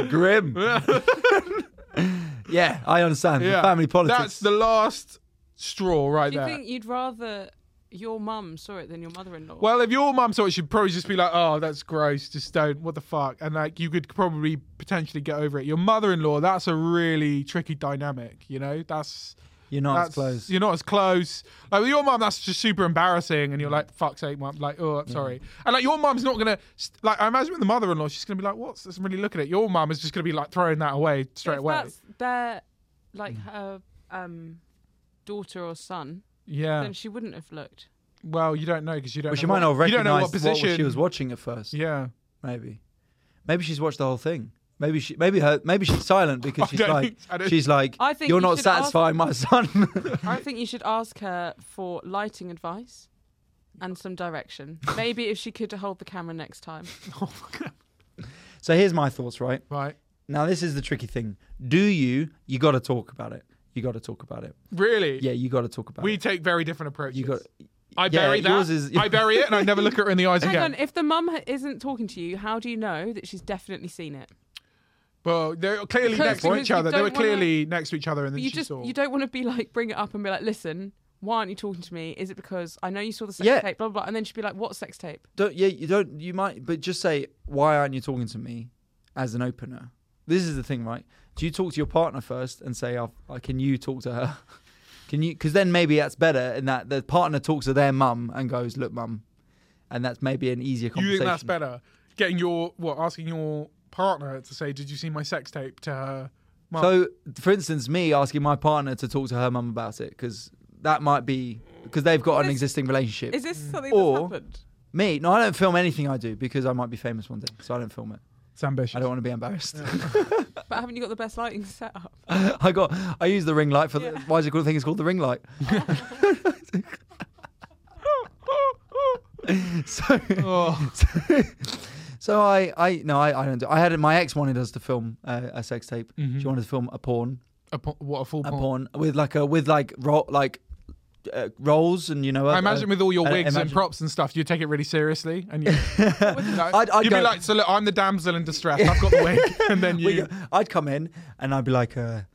B: grim. yeah, I understand.
A: yeah,
B: Family politics.
A: That's the last straw right
C: Do you
A: there.
C: think you'd rather your mum saw it than your mother-in-law?
A: Well, if your mum saw it, she'd probably just be like, "Oh, that's gross. Just don't. What the fuck?" And like, you could probably potentially get over it. Your mother-in-law, that's a really tricky dynamic. You know, that's
B: You're not
A: that's
B: as close.
A: You're not as close. Like with your mum, that's just super embarrassing, and you're like, "Fuck's sake, mum!" Like, "Oh, I'm sorry." And like, your mum's not gonna st- like. I imagine with the mother-in-law, she's gonna be like, "What's this? I'm really looking at." it." Your mum is just gonna be like throwing that away
C: But
A: straight
C: if
A: away. Mm.
C: that's their like her um daughter or son,
A: Yeah.
C: then she wouldn't have looked.
A: Well, you don't know because you don't.
B: well,
A: know
B: she
A: what-
B: might not
A: You don't
B: recognize
A: know what position
B: she was watching at first.
A: Yeah.
B: Maybe, maybe she's watched the whole thing. Maybe she, maybe her, maybe she's silent because she's
A: don't
B: like,
A: think- I don't-
B: she's like,
C: I think
B: you're
C: you
B: not
C: should ask-
B: satisfying my son.
C: I think you should ask her for lighting advice and some direction. Maybe if she could hold the camera next time.
A: Oh my God.
B: so here's my thoughts, right?
A: Right.
B: Now this is the tricky thing. Do you? You got to talk about it. You got to talk about it.
A: Really.
B: Yeah, you got to talk about
A: We
B: it.
A: take very different approaches.
B: You got.
A: I
B: Yeah,
A: bury that.
B: yours is-
A: I bury it and I never look at her in the eyes
C: Hang
A: again.
C: on, if the mum ha- isn't talking to you, how do you know that she's definitely seen it?
A: Well, they're clearly
C: Because-
A: next to
C: because
A: each
C: you
A: other. They were
C: don't wanna-
A: clearly next to each other, and then
C: But you
A: she
C: just
A: saw.
C: you don't want to be like bring it up and be like, listen, why aren't you talking to me? Is it because I know you saw the sex
B: Yeah.
C: tape, blah, blah blah, and then she'd be like, what sex tape?
B: Don't yeah, you don't you might but just say why aren't you talking to me as an opener? This is the thing, right? Do you talk to your partner first and say, oh, uh, "Can you talk to her? Can you?" Because then maybe that's better in that the partner talks to their mum and goes, "Look, mum," and that's maybe an easier
A: you
B: conversation.
A: think that's better? Getting your what? Asking your partner to say, "Did you see my sex tape?" To her. mum?
B: So, for instance, me asking my partner to talk to her mum about it because that might be because they've got an
C: Is-
B: existing relationship.
C: Is this something
B: Mm. Or-
C: that's happened?
B: me? No, I don't film anything I do because I might be famous one day, so I don't film it.
A: it's ambitious.
B: I don't want to be embarrassed.
C: But haven't you got the best lighting set up?
B: I got. I use the ring light for. The,
C: Yeah.
B: why is it called? I think it's called the ring light. so,
A: Oh.
B: so I, I no, I, I don't. Do, I had my ex wanted us to film a, a sex tape.
A: Mm-hmm.
B: She wanted to film a porn,
A: A po- what a full
B: a
A: porn.
B: porn with like a with like ro- like uh, rolls and you know.
A: I imagine with all your
B: I- I
A: wigs and
B: imagine-
A: props and stuff, you would take it really seriously, and you,
B: I'd- I'd
A: you'd
B: go-
A: be like, "So look, I'm the damsel in distress. I've got the wig," and then
B: we-
A: you.
B: I'd come in and I'd be like, uh, "Have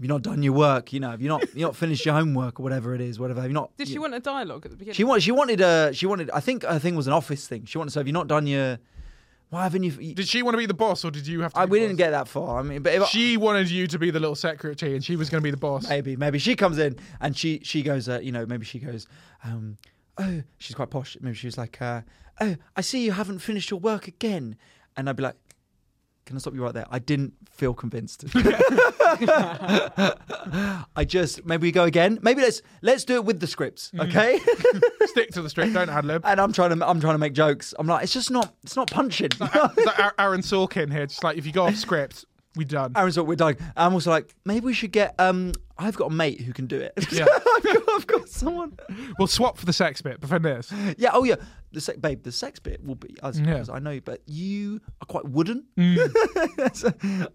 B: you not done your work? You know, have you not you not finished your homework or whatever it is? Whatever. Have you not?"
C: Did she
B: you-
C: want a dialogue at the beginning?
B: She wanted. She wanted. Uh, she wanted. I think her thing was an office thing. She wanted. So have you not done your? Why haven't you? you
A: Did she want to be the boss, or did you have to?
B: I,
A: be
B: we
A: the
B: didn't
A: boss?
B: get that far. I mean, but if
A: She wanted you to be the little secretary, and she was going to be the boss.
B: I, maybe maybe she comes in and she she goes. Uh, you know, maybe she goes. Um, oh, she's quite posh. Maybe she was like, uh, oh, I see you haven't finished your work again, and I'd be like. Can I stop you right there? I didn't feel convinced. I just maybe we go again. Maybe let's let's do it with the scripts,
A: Mm.
B: okay?
A: Stick to the script. Don't ad lib.
B: and I'm trying to I'm trying to make jokes. I'm like, it's just not it's not punching.
A: It's like Ar- Aaron Sorkin here, just like if you go off script, we done.
B: Aaron's like, we're dying. I'm also like, maybe we should get. Um, I've got a mate who can do it.
A: Yeah.
B: I've, got, I've got someone.
A: We'll swap for the sex bit, but for this,
B: Yeah. Oh yeah. The sex, babe. The sex bit will be. I, suppose,
A: Yeah.
B: I know, but you are quite wooden.
A: Mm.
B: um,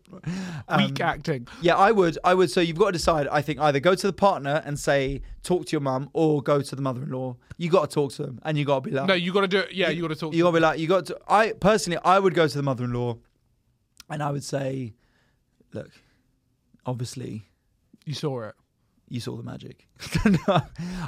A: weak acting.
B: Yeah, I would. I would. So you've got to decide. I think either go to the partner and say, talk to your mum, or go to the mother-in-law. You got to talk to them, and you got to be like,
A: No, you got to do it. Yeah, you got to talk.
B: you gotta be like, you got to. I personally, I would go to the mother-in-law, and I would say, look, obviously.
A: you saw it.
B: you saw the magic.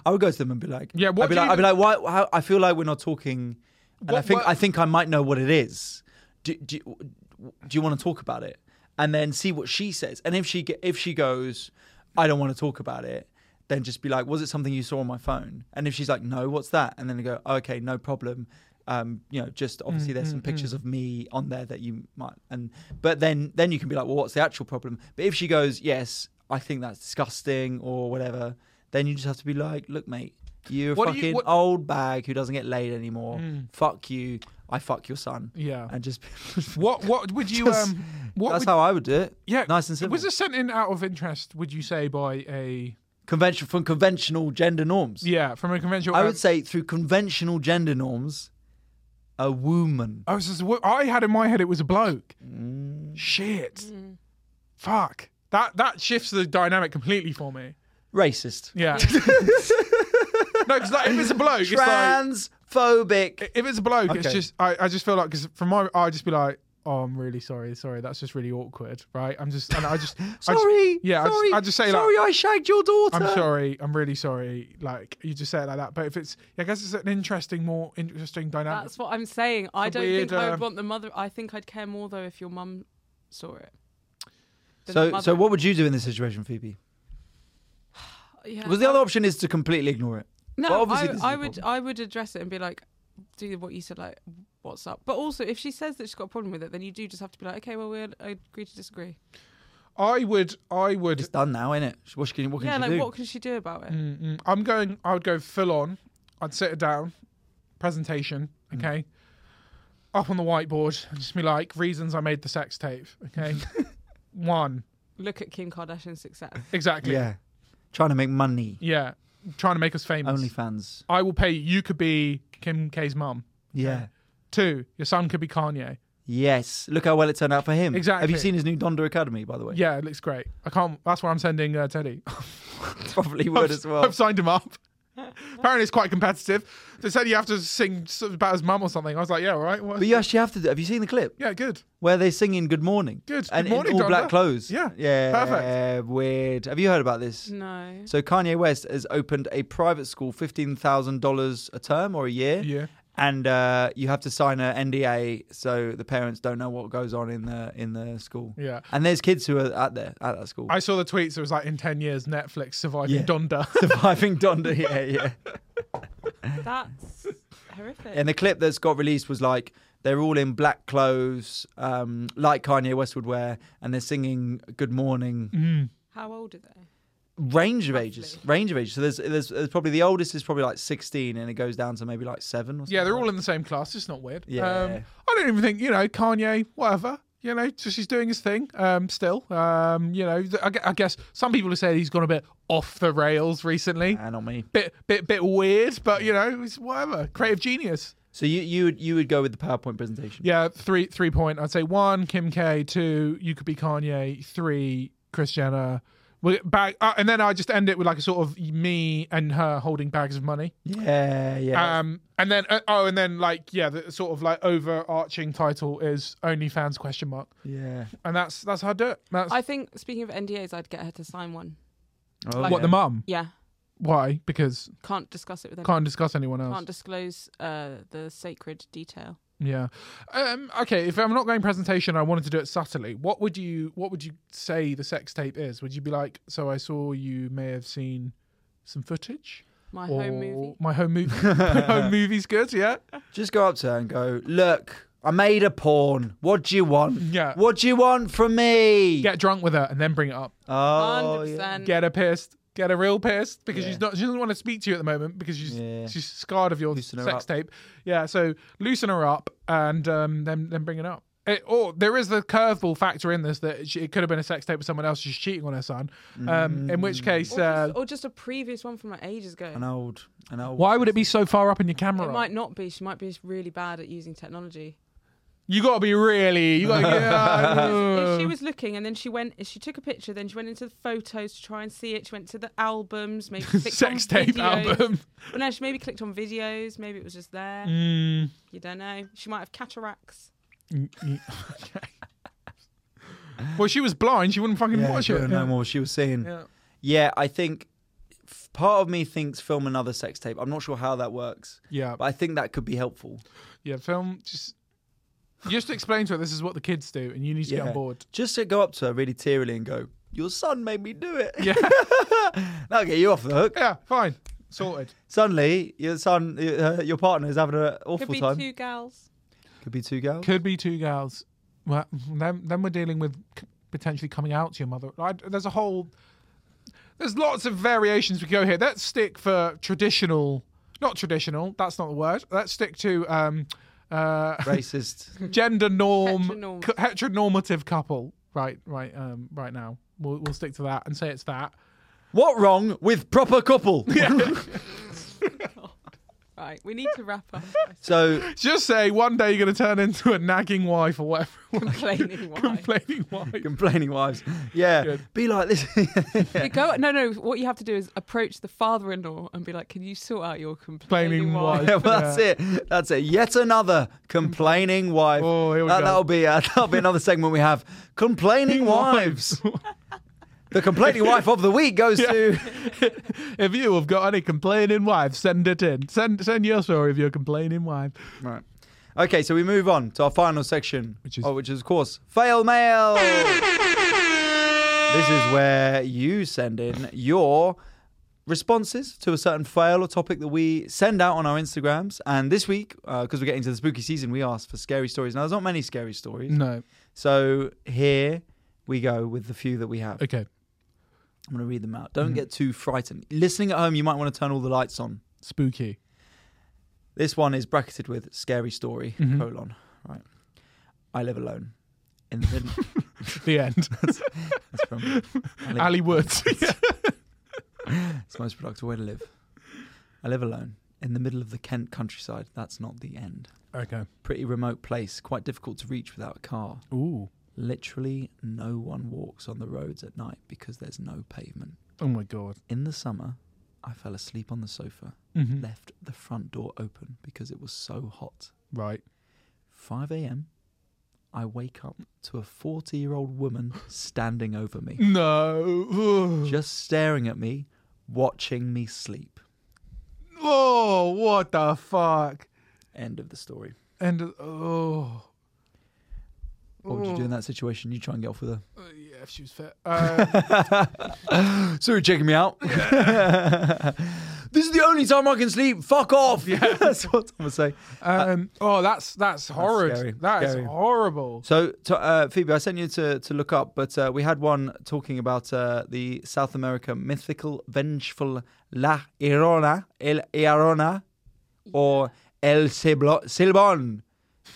B: I would go to them and be like,
A: Yeah, what
B: I'd be
A: do
B: like,
A: you
B: I'd be like, why? How, I feel like we're not talking, and I
A: What-
B: think
A: what-
B: I think I might know what it is. Do, do, do you want to talk about it? And then see what she says. And if she ge- if she goes, I don't want to talk about it, then just be like, was it something you saw on my phone? And if she's like, no, what's that? And then I go, okay, no problem. Um, you know, just
A: Mm,
B: obviously there's some pictures of me on there that you might and but then then you can be like, well, what's the actual problem? But if she goes, yes, I think that's disgusting or whatever, then you just have to be like, look, mate, you're a
A: What do you-
B: fucking
A: what- Mm.
B: old bag who doesn't get laid anymore. Fuck you. I fuck your son.
A: Yeah.
B: And just
A: What? What would you?
B: Just-
A: um, what?
B: that's
A: would,
B: how I would do it.
A: yeah,
B: nice and simple.
A: Was this sent in out of interest? Would you say by a
B: Convention from conventional gender norms.
A: yeah from a conventional?
B: I
A: um,
B: would say through conventional gender norms, a woman.
A: I was just. wo- I had in my head it was a bloke.
B: Mm.
A: Shit. Fuck. That that shifts the dynamic completely for me.
B: Racist.
A: Yeah. no, because like, if it's a bloke, it's like
B: Transphobic.
A: if it's a bloke, it's
B: Okay.
A: just I, I just feel like because from my I just be like, oh, I'm really sorry, sorry, that's just really awkward, right? I'm just and I just I just-
B: sorry.
A: yeah,
B: Sorry.
A: I, just, I just say
B: sorry
A: like.
B: I shagged your daughter.
A: I'm sorry. I'm really sorry. Like you just say it like that, but if it's, I guess it's an interesting, more interesting dynamic.
C: That's what I'm saying. I
A: It's a
C: don't
A: weird,
C: think I
A: uh,
C: would want the mother. I think I'd care more though if your mum saw it. than the
B: So,
C: mother. Uh,
B: so what would you do in this situation, Phoebe?
C: Yeah,
B: Because the
C: I-
B: other option is to completely ignore it.
C: No,
B: But obviously
C: I,
B: this is
C: I
B: a
C: would I would address it and be like, do what you said, like, what's up? But also, if she says that she's got a problem with it, then you do just have to be like, okay, well, we agree to disagree.
A: I would, I would.
B: It's done now, isn't it? What she can, what can
C: yeah,
B: she
C: like,
B: do?
C: what can she do about it?
A: Mm-mm. mm, I'm going. I would go full on. I'd sit her down, presentation.
B: Mm.
A: Okay. Up on the whiteboard, and just be like, reasons I made the sex tape. Okay. One,
C: Look at Kim Kardashian's success.
A: exactly.
B: yeah, trying to make money.
A: Yeah. Trying to make us famous.
B: OnlyFans.
A: I will pay. You could be Kim K's mum.
B: Yeah.
A: Two, your son could be Kanye.
B: Yes. Look how well it turned out for him. Have you
A: Exactly.
B: seen his new Donda Academy, by the way?
A: Yeah, it looks great. I can't. That's why I'm sending uh, Teddy.
B: Probably would as well.
A: I've signed him up. Apparently, it's quite competitive. They said you have to sing sort of about his mum or something. I was like, yeah, all right. Well,
B: But you actually have to do. Have you seen the clip
A: yeah, good.
B: where they sing in "Good Morning"?
A: Good.
B: And
A: Good morning,
B: in all black
A: Donda.
B: clothes.
A: Yeah,
B: Yeah.
A: perfect. Mm.
B: Weird. Have you heard about this?
C: No.
B: So Kanye West has opened a private school, fifteen thousand dollars a term or a year.
A: Yeah.
B: And uh, you have to sign a NDA so the parents don't know what goes on in the in the school.
A: Yeah.
B: And there's kids who are at there at that school.
A: I saw the tweets. It was like in ten years, Netflix surviving
B: Yeah.
A: Donda.
B: surviving Donda. Yeah, yeah.
C: That's horrific.
B: And the clip that's got released was like they're all in black clothes, um, like Kanye West would wear, and they're singing "Good Morning."
C: How old are they?
A: Mm-hmm.
B: Range of ages, range of ages. So there's, there's there's probably the oldest is probably like 16, and it goes down to maybe like seven. Or something
A: yeah, they're
B: like
A: all in the same class. It's not weird.
B: Yeah.
A: Um, I don't even think you know Kanye. Whatever. You know, just he's doing his thing. Um, still. Um, you know, th- I, gue- I guess some people have said he's gone a bit off the rails recently.
B: that. Ah, not me.
A: Bit, bit, bit weird, but you know, it's whatever. Creative genius.
B: So you you would you would go with the PowerPoint presentation?
A: Yeah, three three point. I'd say one Kim K, two you could be Kanye, three Chris Jenner. We- Bag, uh, and then I just end it with like a sort of me and her holding bags of money.
B: Yeah, yeah.
A: Um, and then uh, oh, and then like yeah, the sort of like overarching title is OnlyFans question mark,
B: yeah.
A: and that's that's how I do it. That's
C: I think speaking of NDAs, I'd get her to sign one.
B: Oh,
A: what the mum.
C: Yeah,
A: Why? Because
C: can't discuss it with anyone.
A: can't discuss anyone else.
C: Can't disclose uh, the sacred detail.
A: Yeah. Um, okay. If I'm not going presentation, I wanted to do it subtly. What would you What would you say the sex tape is? Would you be like, so I saw you may have seen some footage
C: My
A: or
C: home movie.
A: my home movie? home movie's good. Yeah.
B: Just go up to her and go, look, I made a porn. What do you want?
A: Yeah.
B: What do you want from me?
A: Get drunk with her and then bring it up.
B: Oh,
C: Hundred
B: yeah.
C: percent.
A: Get her pissed. Get her real pissed because
B: Yeah.
A: she's not. She doesn't want to speak to you at the moment because she's
B: Yeah.
A: she's scarred of your
B: Loosen her
A: sex
B: up.
A: tape. Yeah. So loosen her up and um, then then bring it up. It, or there is the curveball factor in this that she, it could have been a sex tape with someone else. She's cheating on her son. Um, in
B: Mm.
A: which case,
C: Or,
A: uh,
C: just, or just a previous one from like ages ago.
B: An old, an old.
A: Why would it be so far up in your camera?
C: It might not be. She might be just really bad at using technology.
A: You gotta be really. You gotta.
C: If she
A: Yeah,
C: was looking and then she went, she took a picture, then she went into the photos to try and see it. She went to the albums, maybe clicked
A: sex
C: on
A: tape
C: videos.
A: album.
C: Well, no, she maybe clicked on videos. Maybe it was just there.
A: Mm,
C: You don't know. She might have cataracts.
A: mm, mm, okay. well, she was blind. She wouldn't fucking
B: Yeah,
A: watch
B: she
A: it.
B: wouldn't know more. She was seeing.
A: Yeah.
B: Yeah, I think f- part of me thinks film another sex tape. I'm not sure how that works,
A: Yeah.
B: but I think that could be helpful.
A: Yeah, Film. Just. You just explain to her this is what the kids do, and you need to get
B: Yeah.
A: on board.
B: Just to go up to her really tearily and go, "Your son made me do it."
A: Yeah.
B: That'll get you off the hook.
A: yeah. Fine. Sorted.
B: Suddenly, your son, uh, your partner is having an awful
C: Could be
B: time.
C: two gals.
B: Could be two girls.
A: Could be two gals. Well, then, then we're dealing with c- potentially coming out to your mother. I, there's a whole. There's lots of variations we go here. Let's stick for traditional, not traditional. That's not the word. Let's stick to um, uh,
B: Racist.
A: gender norm,
C: Heteronorm-
A: cu- heteronormative couple. Right, right, um, right now. We'll, we'll stick to that and say it's that.
B: What wrong with proper couple?
C: Right, we need to wrap up.
B: So
A: Just say one day you're going to turn into a nagging wife or whatever,
C: Complaining why?
A: complaining wife.
B: complaining wives. Yeah,
A: Good.
B: be like this.
C: You go. No, no. What you have to do is approach the father-in-law and be like, "Can you sort out your complaining
A: Complaining wife.
C: wife?"
B: well, that's it. That's it. Yet another complaining wife.
A: Oh, here we
B: that,
A: go.
B: That'll be uh, that'll be another segment we have. Complaining wives. the complaining wife of the week goes to.
A: If you have got any complaining wives, send it in. Send send your story of your complaining wife.
B: Right. Okay, so we move on to our final section,
A: Which is-
B: oh, which is of course fail mail. this is where you send in your responses to a certain fail or topic that we send out on our Instagrams. And this week, because we're getting to the spooky season, we asked for scary stories. Now, there's not many scary stories,
A: No.
B: so here we go with the few that we have. Mm-hmm.
A: Okay.
B: I'm going to read them out. Don't get too frightened. Listening at home, you might want to turn all the lights on.
A: Spooky.
B: This one is bracketed with scary story, colon. Right. I live alone. In the middle.
A: The end.
B: That's from Ali.
A: Ali Woods.
B: It's the most productive way to live. I live alone in the middle of the Kent countryside. That's not the end.
A: okay.
B: Pretty remote place, quite difficult to reach without a car.
A: Ooh.
B: Literally no one walks on the roads at night because there's no pavement.
A: Oh my god.
B: In the summer, I fell asleep on the sofa,
A: Mhm.
B: left the front door open because it was so hot.
A: Right.
B: 5 a.m., I wake up to a 40 year old woman standing over me,
A: No.
B: just staring at me, watching me sleep.
A: Oh, what the fuck?
B: End of the story.
A: And oh,
B: What would you do in that situation? You try and get off with her.
A: Uh, yeah, if she was fit. Uh,
B: So you're checking me out. this is the only time I can sleep. Fuck off. Yeah. That's what I'm gonna say.
A: um, oh, that's that's horrid.
B: Uh, scary.
A: That is
B: Scary.
A: horrible.
B: So, to, uh, Phoebe, I sent you to, to look up, but uh, we had one talking about uh, the South America mythical, vengeful La Irona, El Irona, or El Ceblo- Silbon.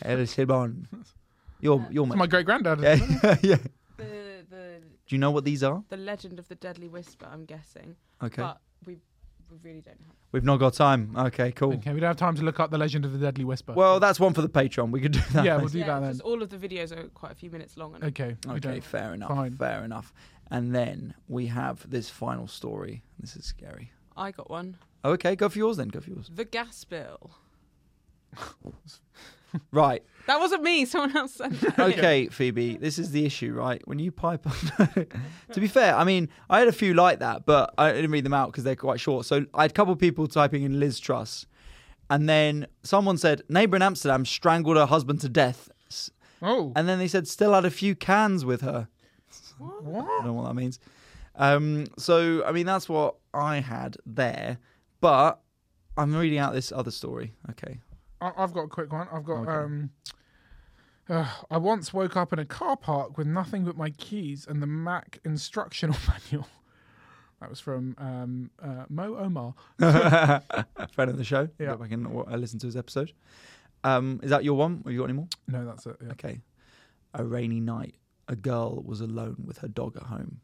B: El Silbon. You're, you're
A: It's my great granddad.
B: yeah, yeah.
C: The, the
B: Do you know what these are?
C: the legend of the deadly whisper. I'm guessing,
B: Okay.
C: but we we really don't have.
B: We've not got time. Okay, cool.
A: Okay, we don't have time to look up the legend of the deadly whisper.
B: Well, that's one for the Patreon. We could do that.
A: Yeah,
B: later.
A: we'll do that
C: because
A: then.
C: all of the videos are quite a few minutes long. And
A: Okay, we
B: Okay,
A: don't.
B: fair enough.
A: Fine.
B: Fair enough. And then we have this final story. This is scary.
C: I got one.
B: Okay, go for yours then. Go for yours.
C: The gas bill.
B: Right.
C: That wasn't me. Someone else said that.
B: Okay, Phoebe, this is the issue, right? When you pipe up. to be fair, I mean, I had a few like that, but I didn't read them out because they're quite short. So I had a couple of people typing in Liz Truss, and then someone said, neighbor in Amsterdam strangled her husband to death. S-
A: Oh,
B: And then they said, still had a few cans with her. I
A: what?
B: don't know what that means. Um, so, I mean, that's what I had there, but I'm reading out this other story. Okay.
A: I- I've got a quick one. I've got.
B: Okay.
A: um uh, I once woke up in a car park with nothing but my keys and the Mac instructional manual. That was from um, uh, Mo Omar.
B: Friend of the show.
A: Yeah.
B: Go back and uh, listen to his episode. Um, is that your one? Have you got any more?
A: No, that's it. Yeah.
B: Okay. A rainy night, a girl was alone with her dog at home.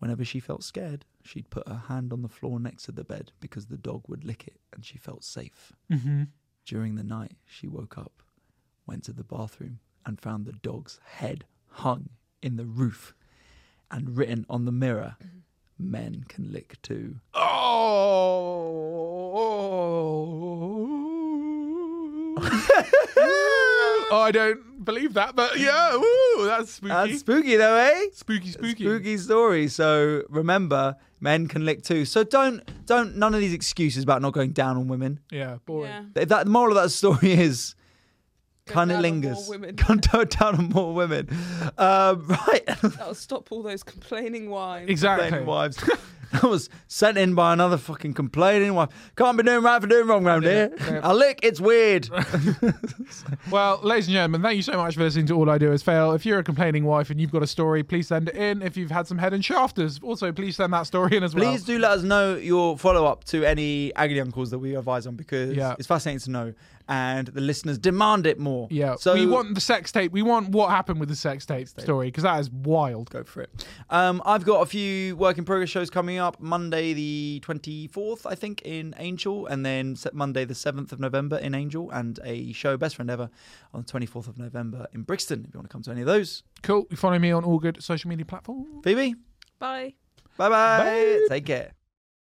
B: Whenever she felt scared, she'd put her hand on the floor next to the bed because the dog would lick it and she felt safe.
A: Mhm.
B: During the night, she woke up, went to the bathroom, and found the dog's head hung in the roof and written on the mirror,
A: Mm-hmm.
B: Men can lick too.
A: Oh. oh, I don't believe that, but yeah, ooh, that's spooky.
B: That's spooky though, eh?
A: spooky, spooky.
B: spooky story. So remember, men can lick too. So don't don't none of these excuses about not going down on women.
A: Yeah, boy.
C: Yeah.
B: If that the moral of that story is
C: Go down on more
B: cunnilingus,
C: women.
B: go down on more women. Um, right,
C: That'll stop all those complaining wives.
A: Exactly.
B: complaining wives. That was sent in by another fucking complaining wife. Can't be doing right for doing wrong round here.
A: yeah.
B: I lick, it's weird.
A: Well, ladies and gentlemen, thank you so much for listening to All I Do Is Fail. If you're a complaining wife and you've got a story, please send it in. If you've had some head and shafters, also please send that story in as well.
B: Please do let us know your follow up to any Agony Uncles that we advise on because
A: Yeah.
B: it's fascinating to know, and the listeners demand it more.
A: Yeah.
B: so
A: we want the sex tape. We want what happened with the sex tape story because that is wild.
B: go for it. Um, I've got a few work in progress shows coming up Monday the 24th, I think, in Angel, and then se- Monday the 7th of November in Angel, and a show, Best Friend Ever, on the 24th of November in Brixton. If you want to come to any of those,
A: Cool. You follow me on all good social media platforms.
B: Phoebe,
C: Bye.
B: bye bye. Take care.